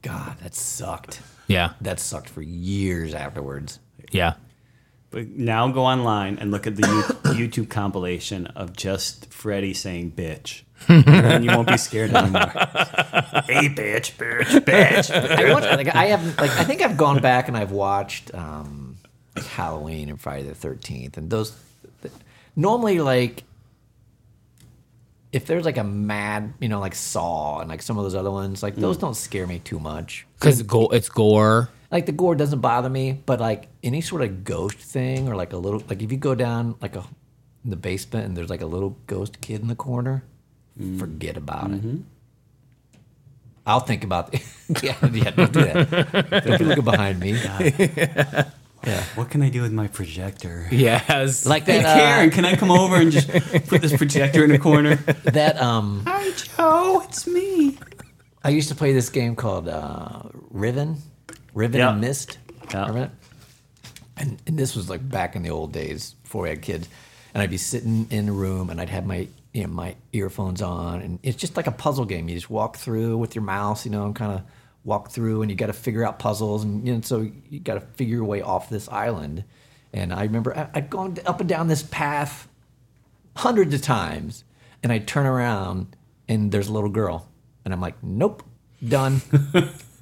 God, that sucked. Yeah, That sucked for years afterwards. yeah. But now go online and look at the You- [COUGHS] YouTube compilation of just Freddy saying "bitch," and then you won't be scared anymore. [LAUGHS] hey, bitch, bitch, bitch. [LAUGHS] [LAUGHS] I watched, like I have like I think I've gone back and I've watched um, like Halloween and Friday the Thirteenth and those. th- normally, like if there's like a mad, you know, like Saw and like some of those other ones, like those don't scare me too much. Because go- it's gore. Like the gore doesn't bother me, but like any sort of ghost thing or like a little like if you go down like a in the basement and there's like a little ghost kid in the corner, forget about it. I'll think about [LAUGHS] yeah, yeah, don't do that. Don't be looking behind me. What can I do with my projector? Yes. [LAUGHS] Like Like Hey, that, uh, Karen, can I come over and just put this projector in a corner? that um, Hi, Joe. Oh, It's me. I used to play this game called uh, Riven, Riven Yeah. and Mist. Yeah. Remember that? And, and this was like back in the old days before we had kids. And I'd be sitting in a room and I'd have my you know, my earphones on, and it's just like a puzzle game. You just walk through with your mouse, you know, and kind of walk through, and you got to figure out puzzles, and you know, so you got to figure your way off this island. And I remember I, I'd gone up and down this path hundreds of times, and I turn around and there's a little girl, and I'm like, nope, [LAUGHS] done.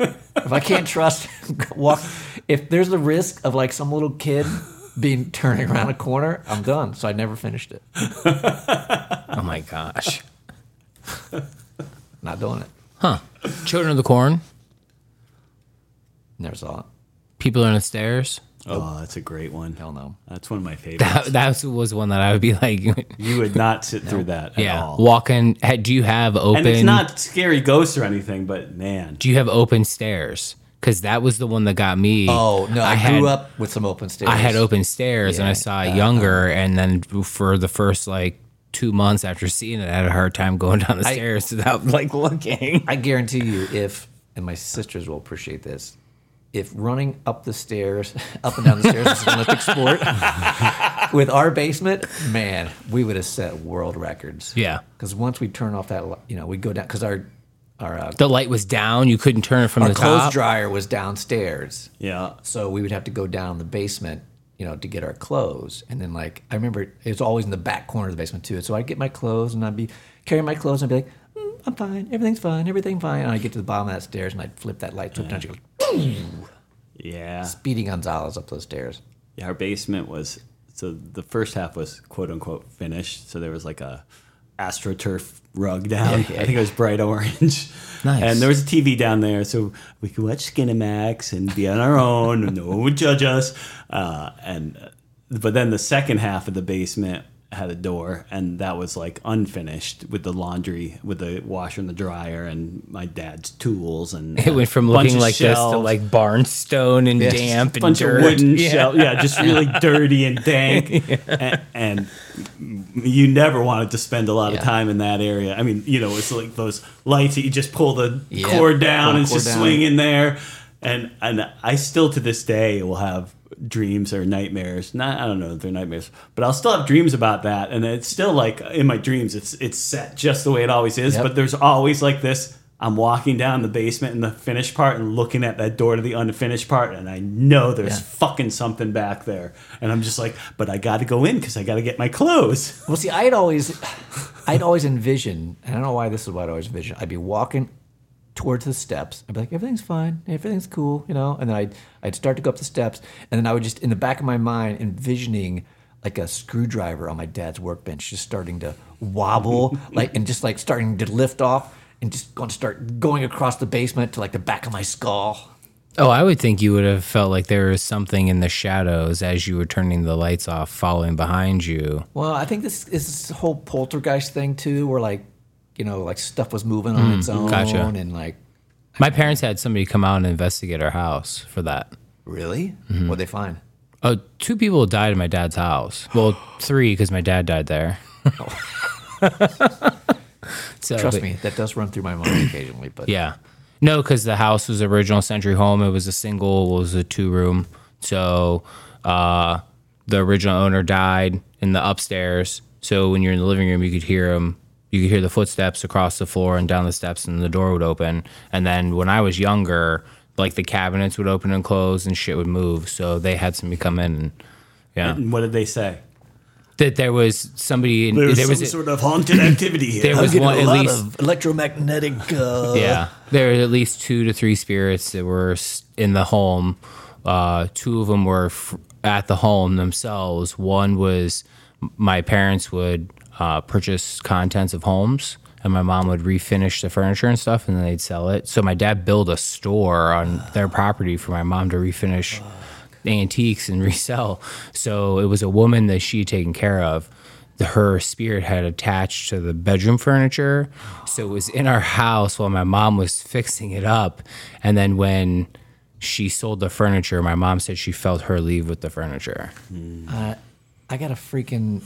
if I can't trust, [LAUGHS] walk. If there's the risk of like some little kid being turning around a corner, I'm done. So I never finished it. Oh my gosh. Not doing it. Huh. Children of the Corn. Never saw it. People on the stairs. [LAUGHS] Oh, that's a great one. Hell no. That's one of my favorites. That, that was one that I would be like, [LAUGHS] you would not sit through that at yeah. all. Walking. ha- Do you have open? and it's not scary ghosts or anything, but man, do you have open stairs? Because that was the one that got me. Oh no! I, had- grew up with some open stairs. I had open stairs and I Yeah, uh-huh. saw it younger, and then for the first like two months after seeing it, I had a hard time going down the stairs without [LAUGHS] like looking. I guarantee you, if and my sisters will appreciate this, if running up the stairs, [LAUGHS] up and down the stairs is an Olympic sport, [LAUGHS] with our basement, man, we would have set world records. Yeah. because once we turn off that, li- you know, we go down because our our uh, The light was down; you couldn't turn it from our the clothes top. dryer was downstairs, yeah. so we would have to go down the basement. You know, to get our clothes, and then like I remember, it was always in the back corner of the basement too. So I'd get my clothes, and I'd be carrying my clothes, and I'd be like, "Mm, "I'm fine, everything's fine, everything fine." And I'd get to the bottom of that stairs, and I'd flip that light switch, and I'd go, Yeah. Speedy Gonzalez up those stairs. Yeah, our basement was so the first half was quote unquote finished. So there was like a astroturf rug down. I think it was bright orange. Nice. And there was a TV down there, so we could watch Skinemax and be on our own. and no one would judge us. Uh, and uh, but then the second half of the basement had a door, and that was like unfinished with the laundry, with the washer and the dryer, and my dad's tools. And It went from bunch looking of like this to shelves like barnstone and just damp and bunch dirt. of [LAUGHS] wooden yeah. shell. Yeah, just really dirty and dank. and, and you never wanted to spend a lot of Yeah. time in that area. I mean, you know, it's like those lights that you just pull the Yeah, cord down pull the and it's cord just down. swinging there. And and I still to this day will have dreams or nightmares. Not I don't know if they're nightmares, but I'll still have dreams about that. And it's still like in my dreams, it's it's set just the way it always is. Yep. But there's always like this. I'm walking down the basement in the finished part and looking at that door to the unfinished part, and I know there's Yeah. fucking something back there. And I'm just like, but I got to go in because I got to get my clothes. Well, see, I'd always, I'd always envision, and I don't know why this is what I always envision. I'd be walking towards the steps. I'd be like, everything's fine, everything's cool, you know. And then I'd, I'd start to go up the steps, and then I would just, in the back of my mind, envisioning like a screwdriver on my dad's workbench, just starting to [LAUGHS] wobble, like, and just like starting to lift off, and just going to start going across the basement to like the back of my skull. Oh, I would think you would have felt like there was something in the shadows as you were turning the lights off, following behind you. Well, I think this is this whole poltergeist thing too, where like, you know, like stuff was moving on its own, gotcha. and like, My parents had somebody come out and investigate our house for that. really, what they find? Oh, two people died in my dad's house. [GASPS] Well, three because my dad [LAUGHS] died there. so, Trust but- me, that does run through my mind occasionally. But Yeah. No, because the house was original century home. It was a single, it was a two room. So uh, the original owner died in the upstairs. So when you're in the living room, you could hear him. You could hear the footsteps across the floor and down the steps, and the door would open. And then when I was younger, like the cabinets would open and close, and shit would move. So they had somebody come in, and yeah, And what did they say? that there was somebody. In, There was there some was a- sort of haunted activity here. there was one at least of electromagnetic. Uh, yeah there were at least two to three spirits that were s- in the home uh, two of them were f- at the home themselves one was my parents would uh, purchase contents of homes and my mom would refinish the furniture and stuff and then they'd sell it so my dad built a store on their property for my mom to refinish antiques and [LAUGHS] resell so it was a woman that she had taken care of the- her spirit had attached to the bedroom furniture. So it was in our house while my mom was fixing it up. And then when she sold the furniture, my mom said she felt her leave with the furniture. I got a freaking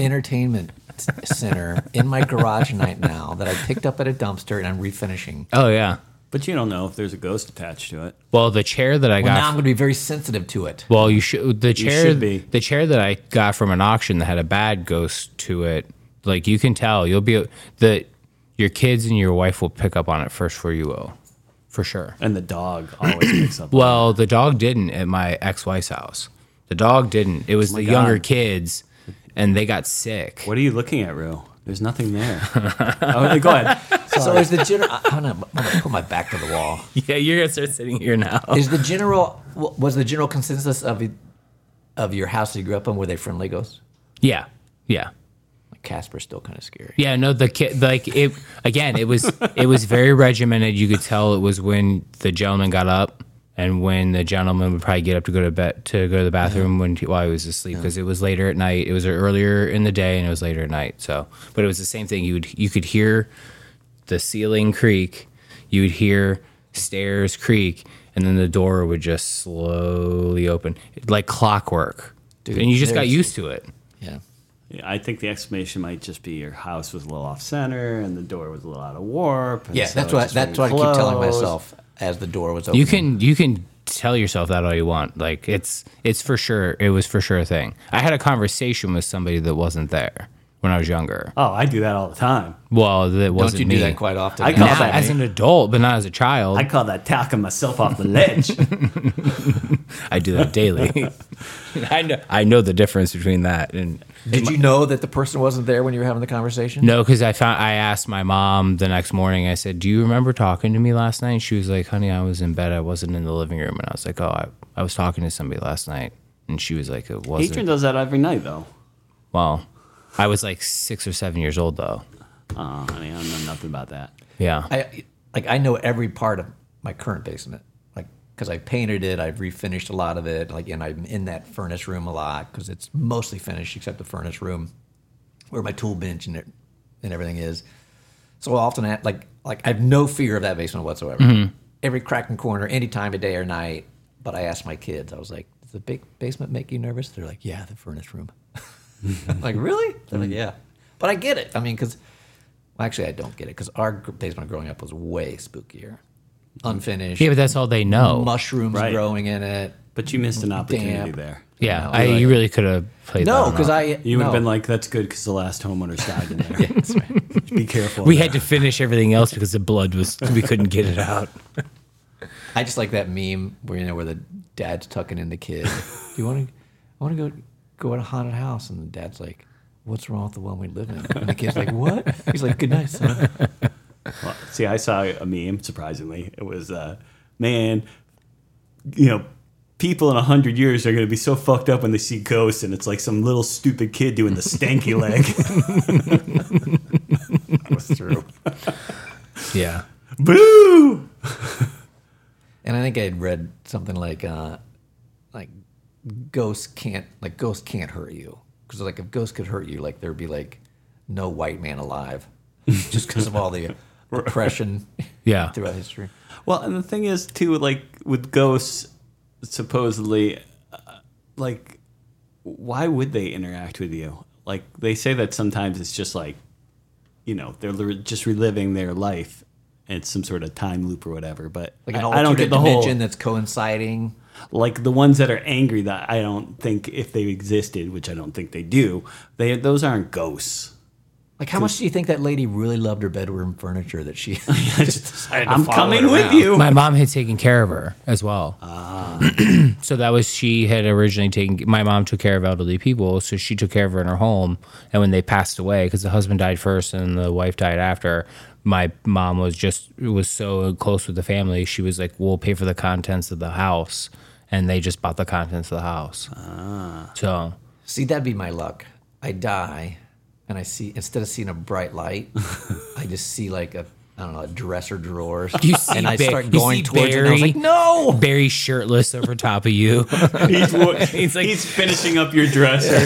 entertainment s- center in my garage right now that I picked up at a dumpster and I'm refinishing. Oh, yeah. [LAUGHS] but you don't know if there's a ghost attached to it. Well, the chair that I Well, got. now I'm going to be very sensitive to it. Well, you should the chair should be. the chair that I got from an auction that had a bad ghost to it. Like you can tell, you'll be the your kids and your wife will pick up on it first for you will, for sure. [CLEARS THROAT] And the dog always picks up. Well, the dog didn't at my ex wife's house. The dog didn't. It was the God. younger kids, and they got sick. What are you looking at, Rue? There's [LAUGHS] nothing there. oh, go ahead. So is the general? I'm gonna, I'm gonna put my back to the wall. [LAUGHS] Yeah, you're gonna start sitting here now. Is the general? wa- Was the general consensus of the- of your house that you grew up in? Were they friend Legos? Yeah, yeah, Like Casper's still kind of scary. yeah. No, the kid, like it again. It was it was very regimented. You could tell it was when the gentleman got up and when the gentleman would probably get up to go to bed to go to the bathroom Uh-huh. when he, while he was asleep because it was later at night. It was earlier in the day and it was later at night. So, but it was the same thing. You would you could hear the ceiling creak. You would hear stairs creak. And then the door would just slowly open, like clockwork, Dude, and you just got there's- used to it. Yeah. Yeah, I think the explanation might just be your house was a little off center and the door was a little out of warp. and Yeah, so that's it what just that's wouldn't what I keep telling close. myself as the door was open. You can you can tell yourself that all you want. Like it's it's for sure. It was for sure a thing. I had a conversation with somebody that wasn't there when I was younger. Oh, I do that all the time. Well, that Don't wasn't you do me. that quite often? I now? call Now, that, as me. an adult, but not as a child. I I, call that tacking myself off [LAUGHS] the ledge. do that [LAUGHS] daily. I know I know the difference between that and Did you know that the person wasn't there when you were having the conversation? no, because I found I asked my mom the next morning. I said, "Do you remember talking to me last night?" She was like, "Honey, I was in bed. I wasn't in the living room." And I was like, "Oh, I, I was talking to somebody last night." And she was like, "It wasn't." Adrian does that every night, though. Well, I was like six or seven years old though. Oh, honey, I don't know nothing about that. Yeah. I like I know every part of my current basement, like because I painted it, I've refinished a lot of it, like and I'm in that furnace room a lot because it's mostly finished except the furnace room where my tool bench and it, and everything is. So often, I, like like I have no fear of that basement whatsoever. Mm-hmm. Every crack and corner, any time of day or night. But I asked my kids, I was like, "Does the big basement make you nervous?" They're like, "Yeah, the furnace room." I'm like, really? They're Mm. like, yeah. But I get it. I mean, because, well, actually, I don't get it because our gr- basement growing up was way spookier. Unfinished. yeah, but that's all they know. mushrooms Right. growing in it. But you missed an opportunity Damn. there. yeah, No, I, right. you really could have played. No, that because one I. up. You would have no. been like, that's good because the last homeowner's died in [LAUGHS] there. That's right. Be careful. we had to finish everything else because the blood was we couldn't get [LAUGHS] it out. I just like that meme where you know where the dad's tucking in the [LAUGHS] kid. Do you want to? I want to go go at a haunted house, and the dad's like, "What's wrong with the one we live in?" And the kid's like, "What?" He's like, "Good night, [LAUGHS] son." Well, see, I saw a meme. Surprisingly, it was, uh, man, you know, people in a hundred years are going to be so fucked up when they see ghosts, and it's like some little stupid kid doing the stanky [LAUGHS] leg. That was true. Yeah. Boo! And I think I had read something like, uh, like ghosts can't like ghosts can't hurt you because like if ghosts could hurt you, like there'd be like no white man [LAUGHS] alive just because of all the oppression Yeah. throughout history. Well, and the thing is, too, like with ghosts, supposedly, uh, like, why would they interact with you? Like, they say that sometimes it's just like, you know, they're li- just reliving their life. and It's some sort of time loop or whatever, but Like an I, I don't get alternate the whole dimension that's coinciding. like the ones that are angry that I don't think if they existed, which I don't think they do, they those aren't ghosts. [LAUGHS] Like how much do you think that lady really loved her bedroom furniture that she? [LAUGHS] I'm coming with you. My mom had taken care of her as well. [CLEARS THROAT] so that was she had originally taken. My mom took care of elderly people, so she took care of her in her home. And when they passed away, because the husband died first and the wife died after, my mom was just was so close with the family. She was like, "We'll pay for the contents of the house," and they just bought the contents of the house. So See, that'd be my luck. I die, and I see instead of seeing a bright [LAUGHS] light, I just see like a I don't know a dresser drawer, or you something. see, and I Ba- start you going see towards it. And I was Barry- like, no. Barry shirtless over top of you. He's, wa- he's, like- finishing up your dresser.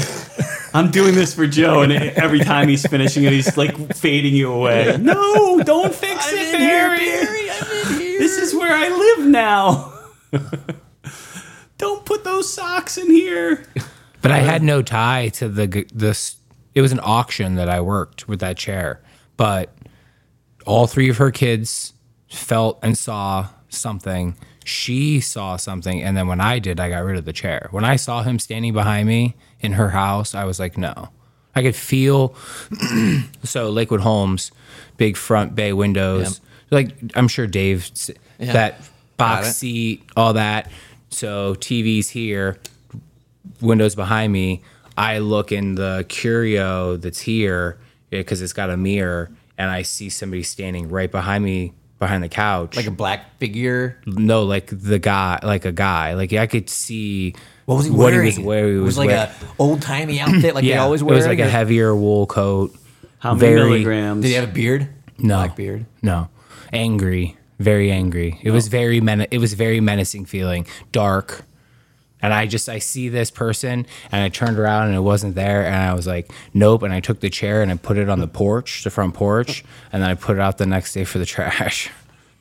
I'm doing this for Joe, and every time he's finishing it, he's like fading you away. No, don't fix it, Barry. This is where I live now. [LAUGHS] don't put those socks in here. But I had no tie to the g- this. It was an auction that I worked with that chair, but all three of her kids felt and saw something. She saw something, and then when I did, I got rid of the chair. When I saw him standing behind me in her house, I was like, no. I could feel [CLEARS THROAT] so Lakewood Homes, big front bay windows. Like I'm sure Dave, s- Yeah. that box it. seat, all that. So TV's here, windows behind me, I look in the curio that's here because it's got a mirror, and I see somebody standing right behind me behind the couch. Like a black figure. no, like the guy, like a guy. Like I could see What was he what wearing? he was wearing. He it was, was like wearing. a old timey outfit, like they yeah, always it wear. was like or- a heavier wool coat. How many Very- milligrams? Did he have a beard? No Black beard. No, angry, very angry. It Oh. was very men- It was very menacing feeling, dark. And I just I see this person, and I turned around and it wasn't there, and I was like, nope. And I took the chair and I put it on the porch, the [LAUGHS] front porch, and then I put it out the next day for the trash.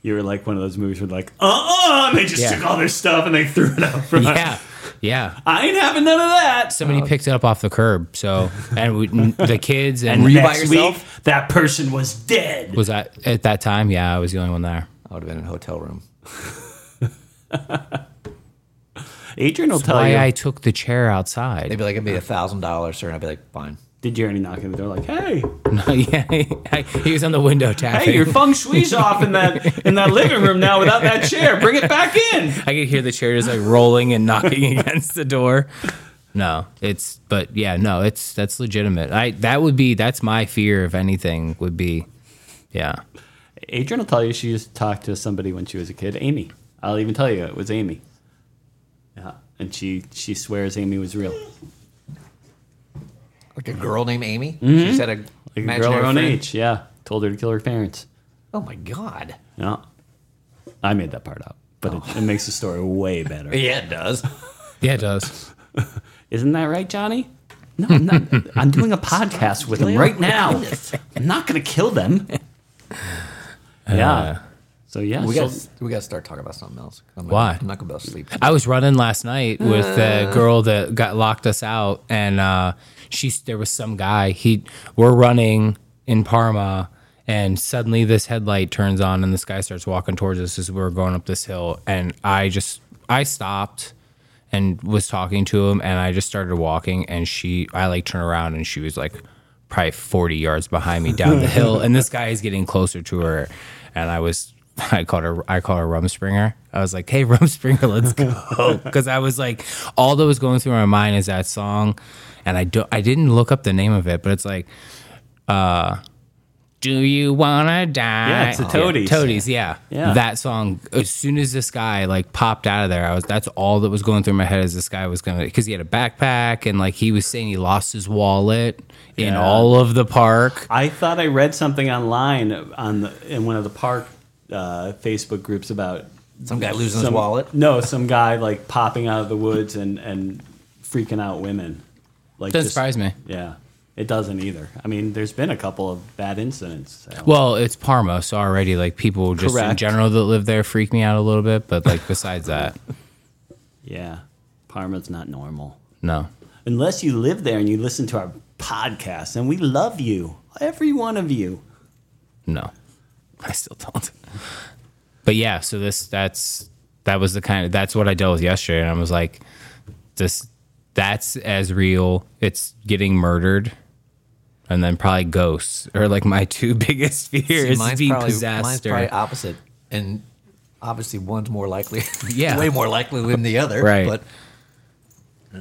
you were like one of those movies where like, uh uh and they just Yeah. took all their stuff and they threw it out front. yeah, yeah. I ain't having none of that. Oh. Somebody picked it up off the curb. So and [LAUGHS] we, the kids and you by Next yourself? week, that person was dead. was that at that time? Yeah, I was the only one there. I would have been in a hotel room. Adrian will Oh, tell Why you. I took the chair outside? They'd be like, it'd be a thousand dollars, sir. And I'd be like, fine. Did Jeremy knock on the door like, hey, [LAUGHS] yeah, he was on the window tapping. hey, your feng [LAUGHS] shui's off in that in that living room now without that chair. Bring it back in. I could hear the chair just like rolling and knocking [LAUGHS] against the door. No, it's but yeah, no, it's that's legitimate. I that would be that's my fear if anything would be yeah. Adrian will tell you she used to talk to somebody when she was a kid, Amy. I'll even tell you it was Amy. Yeah, and she she swears Amy was real. Like a girl named Amy. She said a, Like a girl imaginary her own friend. age. Yeah, told her to kill her parents. Oh my god. Yeah, I made that part up, but it, it makes the story way better. Yeah, it does. Yeah, it does. Isn't that right, Johnny? No, I'm not. I'm doing a podcast with them right now. I'm not going to [LAUGHS] kill them. Yeah. so yeah, Uh, We so- got to we got to start talking about something else. I'm not- Why? I'm not gonna be able to sleep. I was running last night with the girl that got locked us out, and uh, she's there was some guy. He we're running in Parma, and suddenly this headlight turns on, and this guy starts walking towards us as we're going up this hill, and I just I stopped and was talking to him, and I just started walking, and she I like turned around, and she was like probably forty yards behind me down the hill, and this guy is getting closer to her, and I was. [LAUGHS] I called her. I called her Rumspringer. I was like, "Hey, [LAUGHS] Rumspringer, [LAUGHS] let's go," because I was like, all that was going through my mind is that song, and I don't. I didn't look up the name of it, but it's like, uh, "Do you wanna die?" Yeah, it's the Toadies. Toadies, yeah. Yeah. That song. As soon as this guy like popped out of there, I was. That's all that was going through my head is this guy was gonna because he had a backpack and like he was saying he lost his wallet in Yeah. all of the park. I thought I read something online on the, in one of the park uh, Facebook groups about Some guy losing his some wallet. No, some guy like popping out of the woods and and freaking out women. Like Doesn't just- surprise me. Yeah, it doesn't either. I mean, there's been a couple of bad incidents. so. Well, it's Parma, so already like people just in Correct. general that live there freak me out a little bit. But like besides that, Yeah, Parma's not normal. no. unless you live there and you listen to our podcast and we love you every one of you No, I still don't. But yeah, so this that's that was the kind of that's what I dealt with yesterday, and I was like, this that's as real. It's getting murdered, and then probably ghosts are like my [LAUGHS] two biggest fears: See, probably, being mine's possessed probably or opposite. And obviously one's more likely. Yeah. [LAUGHS] way more likely than the other. Right. But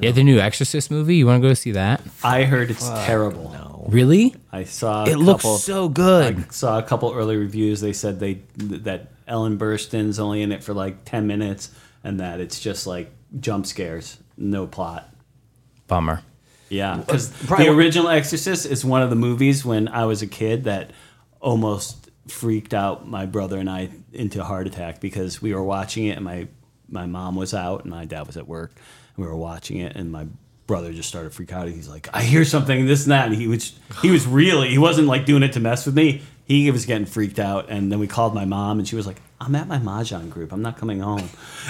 yeah. The new Exorcist movie. You want to go see that? i heard it's terrible no. Really? i saw a It looks couple, so good. saw a couple early reviews they said they that ellen burstyn's only in it for like 10 minutes and that it's just like jump scares no plot Bummer. Yeah, because probably- the original Exorcist is one of the movies when I was a kid that almost freaked out my brother and I into a heart attack because we were watching it and my my mom was out and my dad was at work and we were watching it and my brother just started freaking out. He's like, "I hear something, this and that." And he was he was really he wasn't like doing it to mess with me. He was getting freaked out, and then we called my mom, and she was like, "I'm at my mahjong group. I'm not coming home."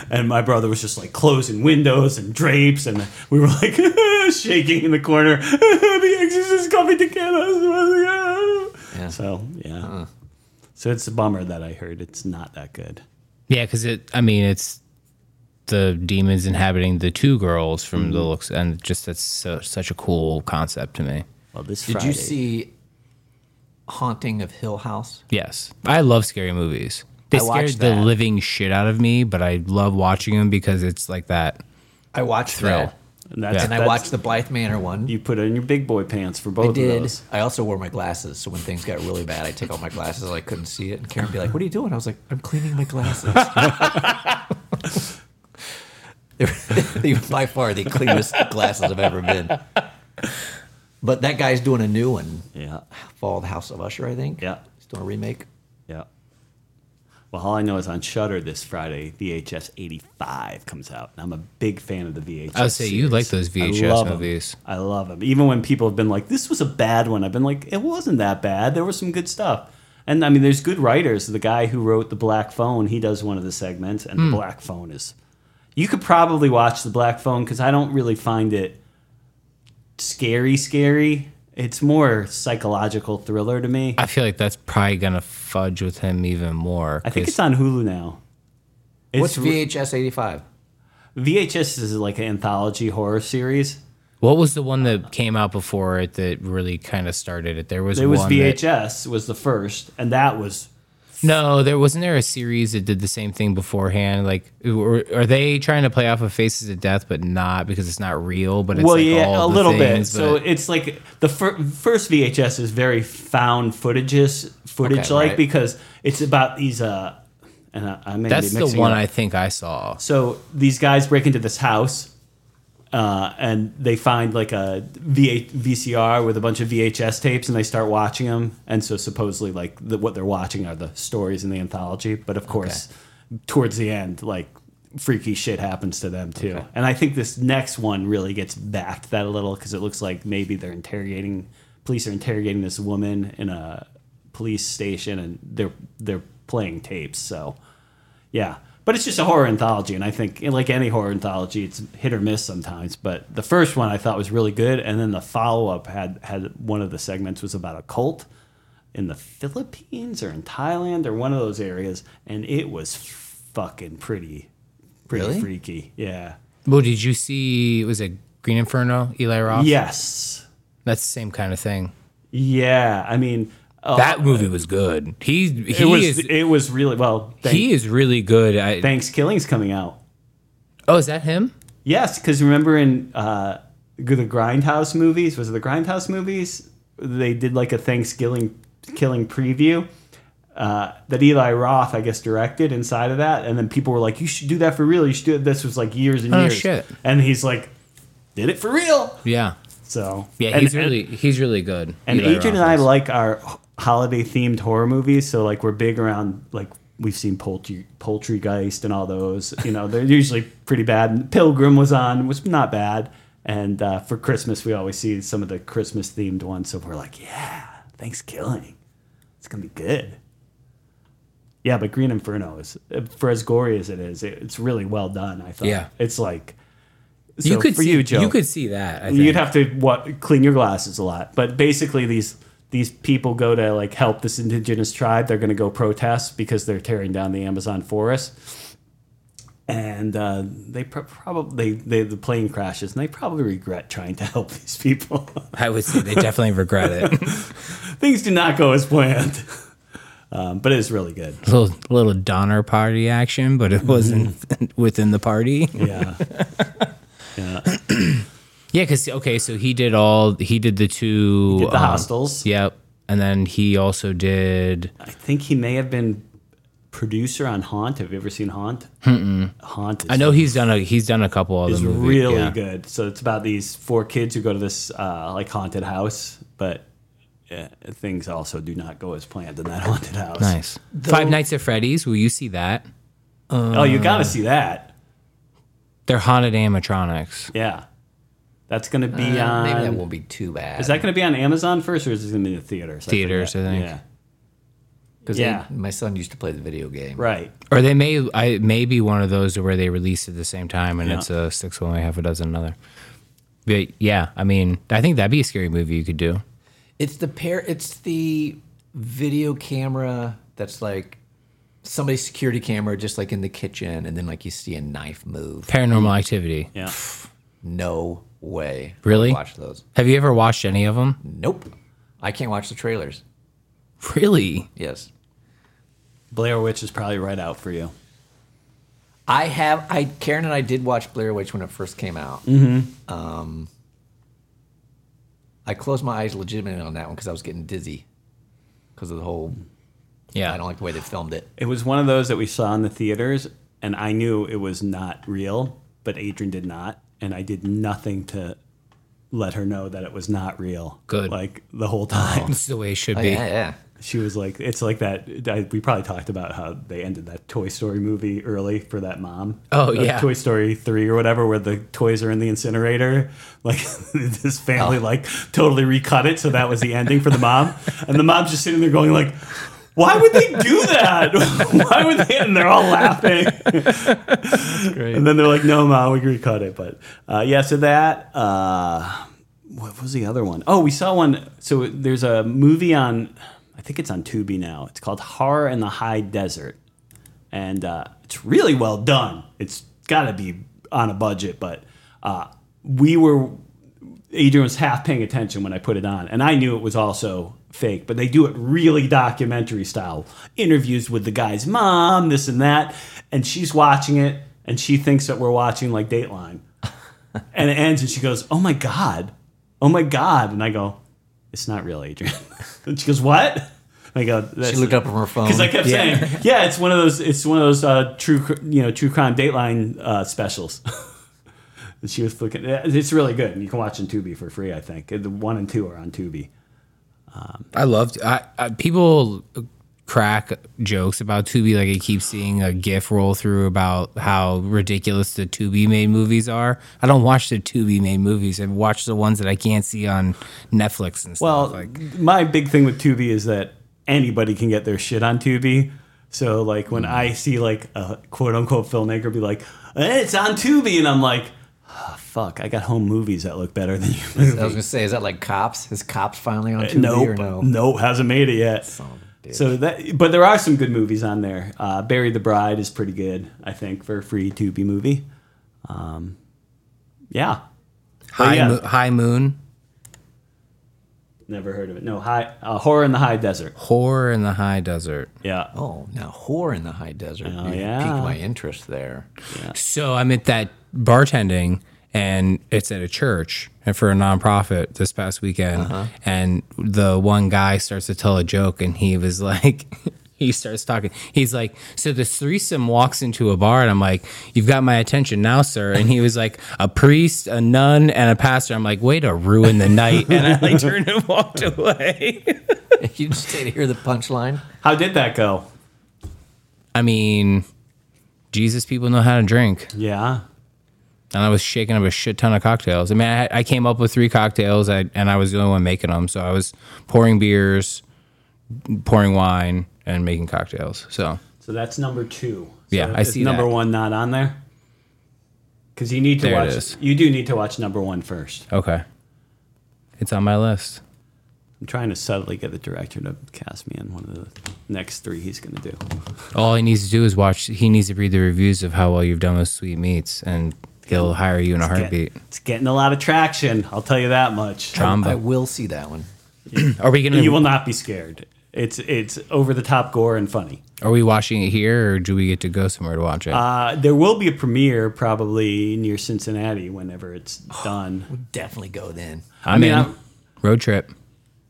And my brother was just like closing windows and drapes, and we were like [LAUGHS] shaking in the corner. [LAUGHS] the Exorcist is coming to kill us. [LAUGHS] Yeah. So yeah, so it's a bummer that I heard it's not that good. Yeah, because it. I mean, it's the demons inhabiting the two girls from Mm-hmm. the looks, and just that's so, such a cool concept to me. Well, this Did Friday, you see Haunting of Hill House? Yes, I love scary movies. They I watched scared the that. living shit out of me, but I love watching them because it's like that. I watched Thrill. that. And that's, and I that's- watched the Blythe Manor one. You put on your big boy pants for I both of did. those. I also wore my glasses, so when things got really bad, I take off my glasses. I couldn't see it, and Karen would be like, "What are you doing?" I was like, "I'm cleaning my glasses." [LAUGHS] they were they were by far the cleanest glasses I've ever been. But that guy's doing a new one, Yeah. Fall of the House of Usher, I think. Yeah. he's doing a remake. Yeah. Well, all I know is on Shutter this Friday, VHS 85 comes out. And I'm a big fan of the VHS. I would say you series. like those I VHS love 'em. movies. I love them. Even when people have been like, this was a bad one, I've been like, it wasn't that bad. There was some good stuff. And I mean, there's good writers. The guy who wrote The Black Phone, he does one of the segments, and Hmm. The Black Phone is. You could probably watch The Black Phone because I don't really find it scary, scary. It's more psychological thriller to me. I feel like that's probably gonna fudge with him even more. I think 'cause it's on Hulu now. It's What's re- VHS eighty five? VHS is like an anthology horror series. what was the one that came out before it that really kind of started it? There was There was one that- VHS was the first, and that was No, there wasn't there a series that did the same thing beforehand. Like, were- are they trying to play off of Faces of Death, but not because it's not real? But it's well, like yeah, all a the little bit. things, So but- it's like the fir- first VHS is very found footages, footage like right. because it's about these. Uh, and I, I may that's be the mixing one it up. I think I saw. So these guys break into this house, uh, and they find like a v- VCR with a bunch of VHS tapes, and they start watching them. And so supposedly, like the, what they're watching are the stories in the anthology. But of course, towards the end, like freaky shit happens to them too. And I think this next one really gets back to that a little because it looks like maybe they're interrogating police are interrogating this woman in a police station, and they're they're playing tapes. So. Yeah. But it's just a horror anthology, and I think, like any horror anthology, it's hit or miss sometimes. But the first one I thought was really good, and then the follow up had had one of the segments was about a cult in the Philippines or in Thailand or one of those areas, and it was fucking pretty, pretty Really? freaky. Yeah. Well, did you see? Was it Green Inferno? Eli Roth. Yes. that's the same kind of thing. Yeah. I mean, uh, that movie was good. He it he was is it was really well. Thank, he is really good. I, thanks, Killing's coming out. oh, is that him? Yes, because remember in uh, the Grindhouse movies, was it the Grindhouse movies? They did like a Thanksgiving killing preview uh, that Eli Roth, I guess, directed inside of that, and then people were like, "You should do that for real. You should do it." This was like years and Oh, years, shit. and he's like, "Did it for real." Yeah, So yeah. and- he's really he's really good. and Eli Adrian and Roth I is. like our holiday themed horror movies, so like we're big around like we've seen poultry poultrygeist and all those. You know, they're usually pretty bad. And Pilgrim was on, was not bad. And uh, for Christmas, we always see some of the Christmas themed ones, so we're like, yeah, Thanksgiving, it's gonna be good. Yeah, but Green Inferno is for as gory as it is, it, it's really well done. I thought. Yeah. it's like you so could for see, you, Joe. could see that. I think. You'd have to what, clean your glasses a lot. But basically, these these people go to like help this indigenous tribe. They're going to go protest because they're tearing down the Amazon forest. And uh, they pro- probably they, the plane crashes, and they probably regret trying to help [LAUGHS] these people. I would [LAUGHS] say they definitely regret it. [LAUGHS] Things do not go as planned, [LAUGHS] um, but it is really good. little little Donner party action, but it wasn't [LAUGHS] within the party. [LAUGHS] Yeah, yeah. The Yeah, because okay, so he did all he did the two um, hostels. Yep, and then he also did. I think he may have been producer on Haunt. Have you ever seen Haunt? Haunt. Is I know he's done a he's done a couple other is movies. really yeah. good. So it's about these four kids who go to this uh, like haunted house, but uh, things also do not go as planned in that [LAUGHS] haunted house. Nice. Five Nights at Freddy's. Will you see that? oh, Uh, you got to see that. They're haunted animatronics. Yeah, that's gonna be Uh, on. maybe that won't be too bad. Is that gonna be on Amazon first, or is it gonna be in the theaters? I Theaters, forget. I think. Yeah, Because Yeah. my son used to play the video game. right. Or they may I may be one of those where they release at the same time and it's a six one way half a dozen another. But yeah, I mean, I think that'd be a scary movie you could do. It's the pair. It's the video camera that's like somebody's security camera, just like in the kitchen, and then like you see a knife move. Paranormal Activity. Yeah, No way. I Really? Watch those. Have you ever watched any of them? Nope. I can't watch the trailers. Really? Yes. Blair Witch is probably right out for you. I have. I Karen and I did watch Blair Witch when it first came out. Um, I closed my eyes legitimately on that one because I was getting dizzy because of the whole. Yeah. I don't like the way they filmed it. It was one of those that we saw in the theaters, and I knew it was not real, but Adrian did not, and I did nothing to let her know that it was not real. Good. Like the whole time, It's the way it should Oh, be. yeah, yeah. she was like, "It's like that." I, we probably talked about how they ended that Toy Story movie early for that mom. Oh, Uh, yeah. Toy Story three or whatever, where the toys are in the incinerator. Like [LAUGHS] this family, Oh. like totally recut it, so that was the ending for the mom, and the mom's just sitting there going like. Why would they do that? [LAUGHS] Why would they? And they're all laughing. And then they're like, "No, mom, we recut it." But uh, yeah, so that uh, what was the other one? Oh, we saw one. So there's a movie on, I think it's on Tubi now. It's called Horror in the High Desert, and uh, it's really well done. It's got to be on a budget, but uh, we were Adrian was half paying attention when I put it on, and I knew it was also fake. But they do it really documentary style, interviews with the guy's mom, this and that, and she's watching it, and she thinks that we're watching [LAUGHS] like Dateline, and it ends, and she goes, "Oh my god, oh my god," and I go, "It's not real, Adrian." [LAUGHS] and she goes, "What?" And I go, She "That's- looked up from her phone. because I kept saying, yeah, it's one of those, it's one of those uh, true, cr- you know, true crime Dateline uh, specials. [LAUGHS] And she was looking. It's really good, and you can watch on Tubi for free. I think the one and two are on Tubi. I love I, I, people crack jokes about Tubi. Like I keep seeing a GIF roll through about how ridiculous the Tubi made movies are. I don't watch the Tubi made movies. I watch the ones that I can't see on Netflix and stuff. Well, like my big thing with Tubi is that anybody can get their shit on Tubi. So like when I see like a quote unquote filmmaker be like, eh, "It's on Tubi," and I'm like, "Ah, "Fuck, I got home movies that look better than your [LAUGHS] I was gonna say, is that like cops? Is cops finally on Tubi or Uh, Nope, no? nope, hasn't made it yet. Son of a bitch. So that, but there are some good movies on there. Uh, Bury the Bride is pretty good, I think, for a free Tubi movie. Um, yeah, High yeah. Mo- High Moon, never heard of it. No, high uh, horror in the high desert. Horror in the High Desert. Yeah, Oh, now whore in the high desert. Oh, yeah. piqued my interest there. [LAUGHS] So I'm at that bartending, and it's at a church and for a nonprofit this past weekend. And the one guy starts to tell a joke, and he was like, [LAUGHS] he starts talking. He's like, so this threesome walks into a bar, and I'm like, you've got my attention now, sir. And he was like, a priest, a nun, and a pastor. I'm like, way to ruin the night. And I [LAUGHS] like turned and walked away. [LAUGHS] you just stay to hear the punchline. how did that go? I mean, Jesus people know how to drink. Yeah, and I was shaking up a shit ton of cocktails. I mean, I, had- I came up with three cocktails, I, and I was the only one making them. So I was pouring beers, pouring wine, and making cocktails. So so that's number two. So Yeah, I is see number that. one not on there because you need to There it watch. is. You do need to watch number one first. okay, it's on my list. I'm trying to subtly get the director to cast me in one of the next three he's going to do. All he needs to do is watch. He needs to read the reviews of how well you've done with sweet meats, and he'll hire you in a Get- heartbeat. it's getting a lot of traction. I'll tell you that much. I Trombo. will see that one. Are we gonna? You will not be scared. It's it's over the top gore and funny. are we watching it here, or do we get to go somewhere to watch it? Uh, there will be a premiere probably near Cincinnati [SIGHS] whenever it's done. Definitely go then. I'm mean, in. I'm- Road trip.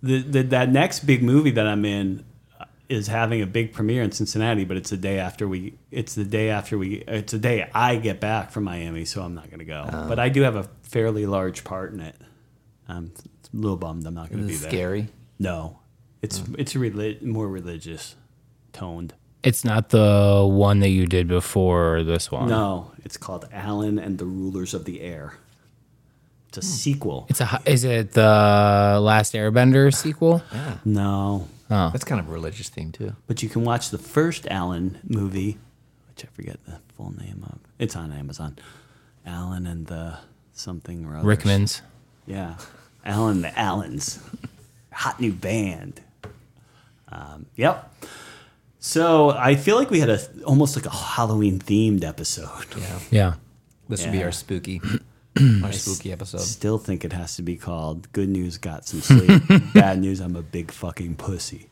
The, the, that next big movie that I'm in uh, is having a big premiere in Cincinnati, but it's the day after we. It's the day after we. It's the day I get back from Miami, so I'm not gonna go. Oh. but I do have a fairly large part in it. I'm a little bummed I'm not gonna This be is there. scary. No, it's it's reli- more religious toned. It's not the one that you did before this one. No, it's called Alan and the Rulers of the Air. It's a sequel. It's a. hi- Is it the Last Airbender sequel? No, That's kind of a religious theme too. but you can watch the first Alan movie, which I forget the full name of. It's on Amazon. Alan and the something or other. Rickman's. Yeah, Alan the Allens, hot new band. Um, yep. So I feel like we had a almost like a Halloween themed episode. Yeah. Yeah. This would be Yeah. our [CLEARS THROAT] spooky, our spooky episode. Still think it has to be [LAUGHS] called "Good News Got Some Sleep, Bad News I'm a Big Fucking Pussy."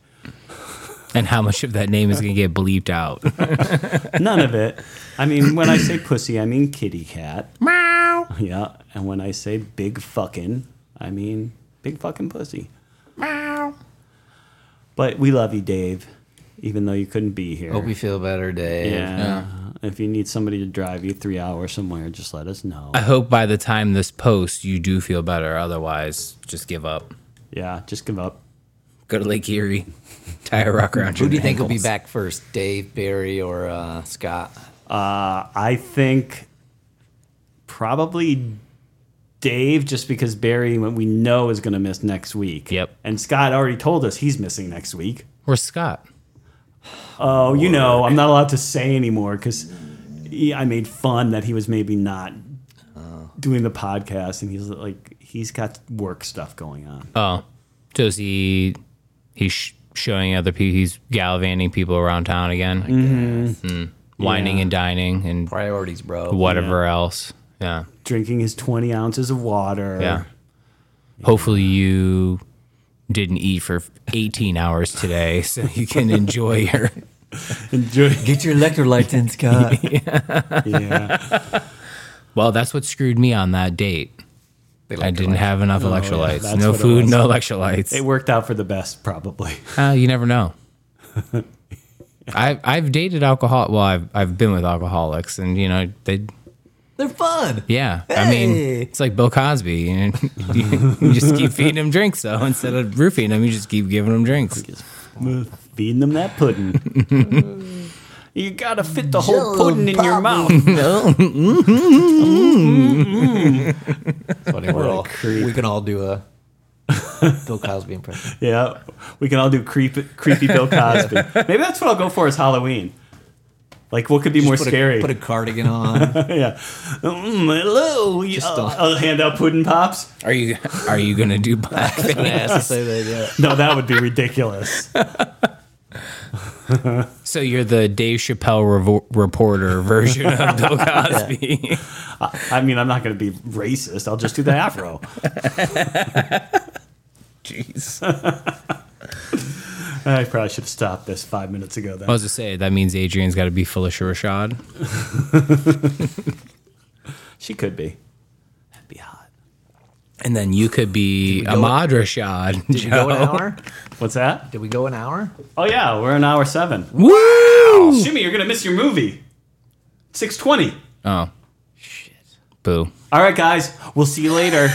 and how much of that name is going to get bleeped out. None of it. I mean, when I say pussy, I mean kitty cat. Meow. Yeah. And when I say big fucking, I mean big fucking pussy. Meow. But we love you, Dave, even though you couldn't be here. Hope you feel better, Dave. yeah. If you need somebody to drive you three hours somewhere, just let us know. I hope by the time this post, you do feel better. Otherwise, just give up. Yeah. Just give up. Go to Lake Erie, [LAUGHS] tie a rock around your Who do you think will be ankles. back first, Dave, Barry, or uh, Scott? I think probably Dave, just because Barry, what we know, is going to miss next week. Yep. And Scott already told us he's missing next week. Where's Scott? Oh, you know, I'm not allowed to say anymore because I made fun that he was maybe not doing the podcast, and he's like, he's got work stuff going on. Oh, so is he? He's sh- showing other people. He's gallivanting people around town again, Mm-hmm. Mm. whining Yeah. and dining and Priorities, bro. whatever else. Yeah, Drinking his 20 ounces of water. yeah. Hopefully you didn't eat for 18 hours today, [LAUGHS] so you can enjoy your. Enjoy- Get your electrolytes in, [LAUGHS] Scott. yeah. [LAUGHS] Well, that's what screwed me on that date. I didn't have enough electrolytes. Oh, that's no what it food, was. no electrolytes. It worked out for the best, probably. Uh, you [LAUGHS] never know. I've I've dated alcohol. Well, I've I've been with alcoholics, and you know they. They're fun. Yeah, I mean Hey. it's like Bill Cosby. [LAUGHS] You, you, you just keep feeding him drinks, though. Instead of roofing him, you just keep giving him drinks. Feeding them that pudding. [LAUGHS] you got to fit the whole pudding in your mouth. [LAUGHS] Funny, we're Mm-hmm. a all, creep. we can all do a Bill Cosby impression. Yeah, we can all do creepy, creepy Bill [LAUGHS] Cosby. Maybe that's what I'll go for is Halloween. Like, what could be more put scary? A, put a cardigan [LAUGHS] on. [LAUGHS] yeah. Mm, hello. you- Just I'll, don't- I'll hand out pudding pops. Are you are you gonna [LAUGHS] do black? Gonna ask to say that, yeah. No, that would be ridiculous. so you're the Dave Chappelle revo- [LAUGHS] reporter version of Bill Cosby. I mean, I'm not going to be racist. I'll just do the afro. [LAUGHS] Jeez. I probably should have stopped this five minutes ago. Then. I was to say that means Adrian's got to be Felicia Rashad. she could be. That'd be hot. And then you could be go- Ahmad Rashad. Did we [LAUGHS] go an hour? What's that? Did we go an hour? Oh, yeah, we're an hour seven. Woo! Jimmy, you're going to miss your movie. 620. Oh. Shit. Boo. All right, guys. We'll see you later.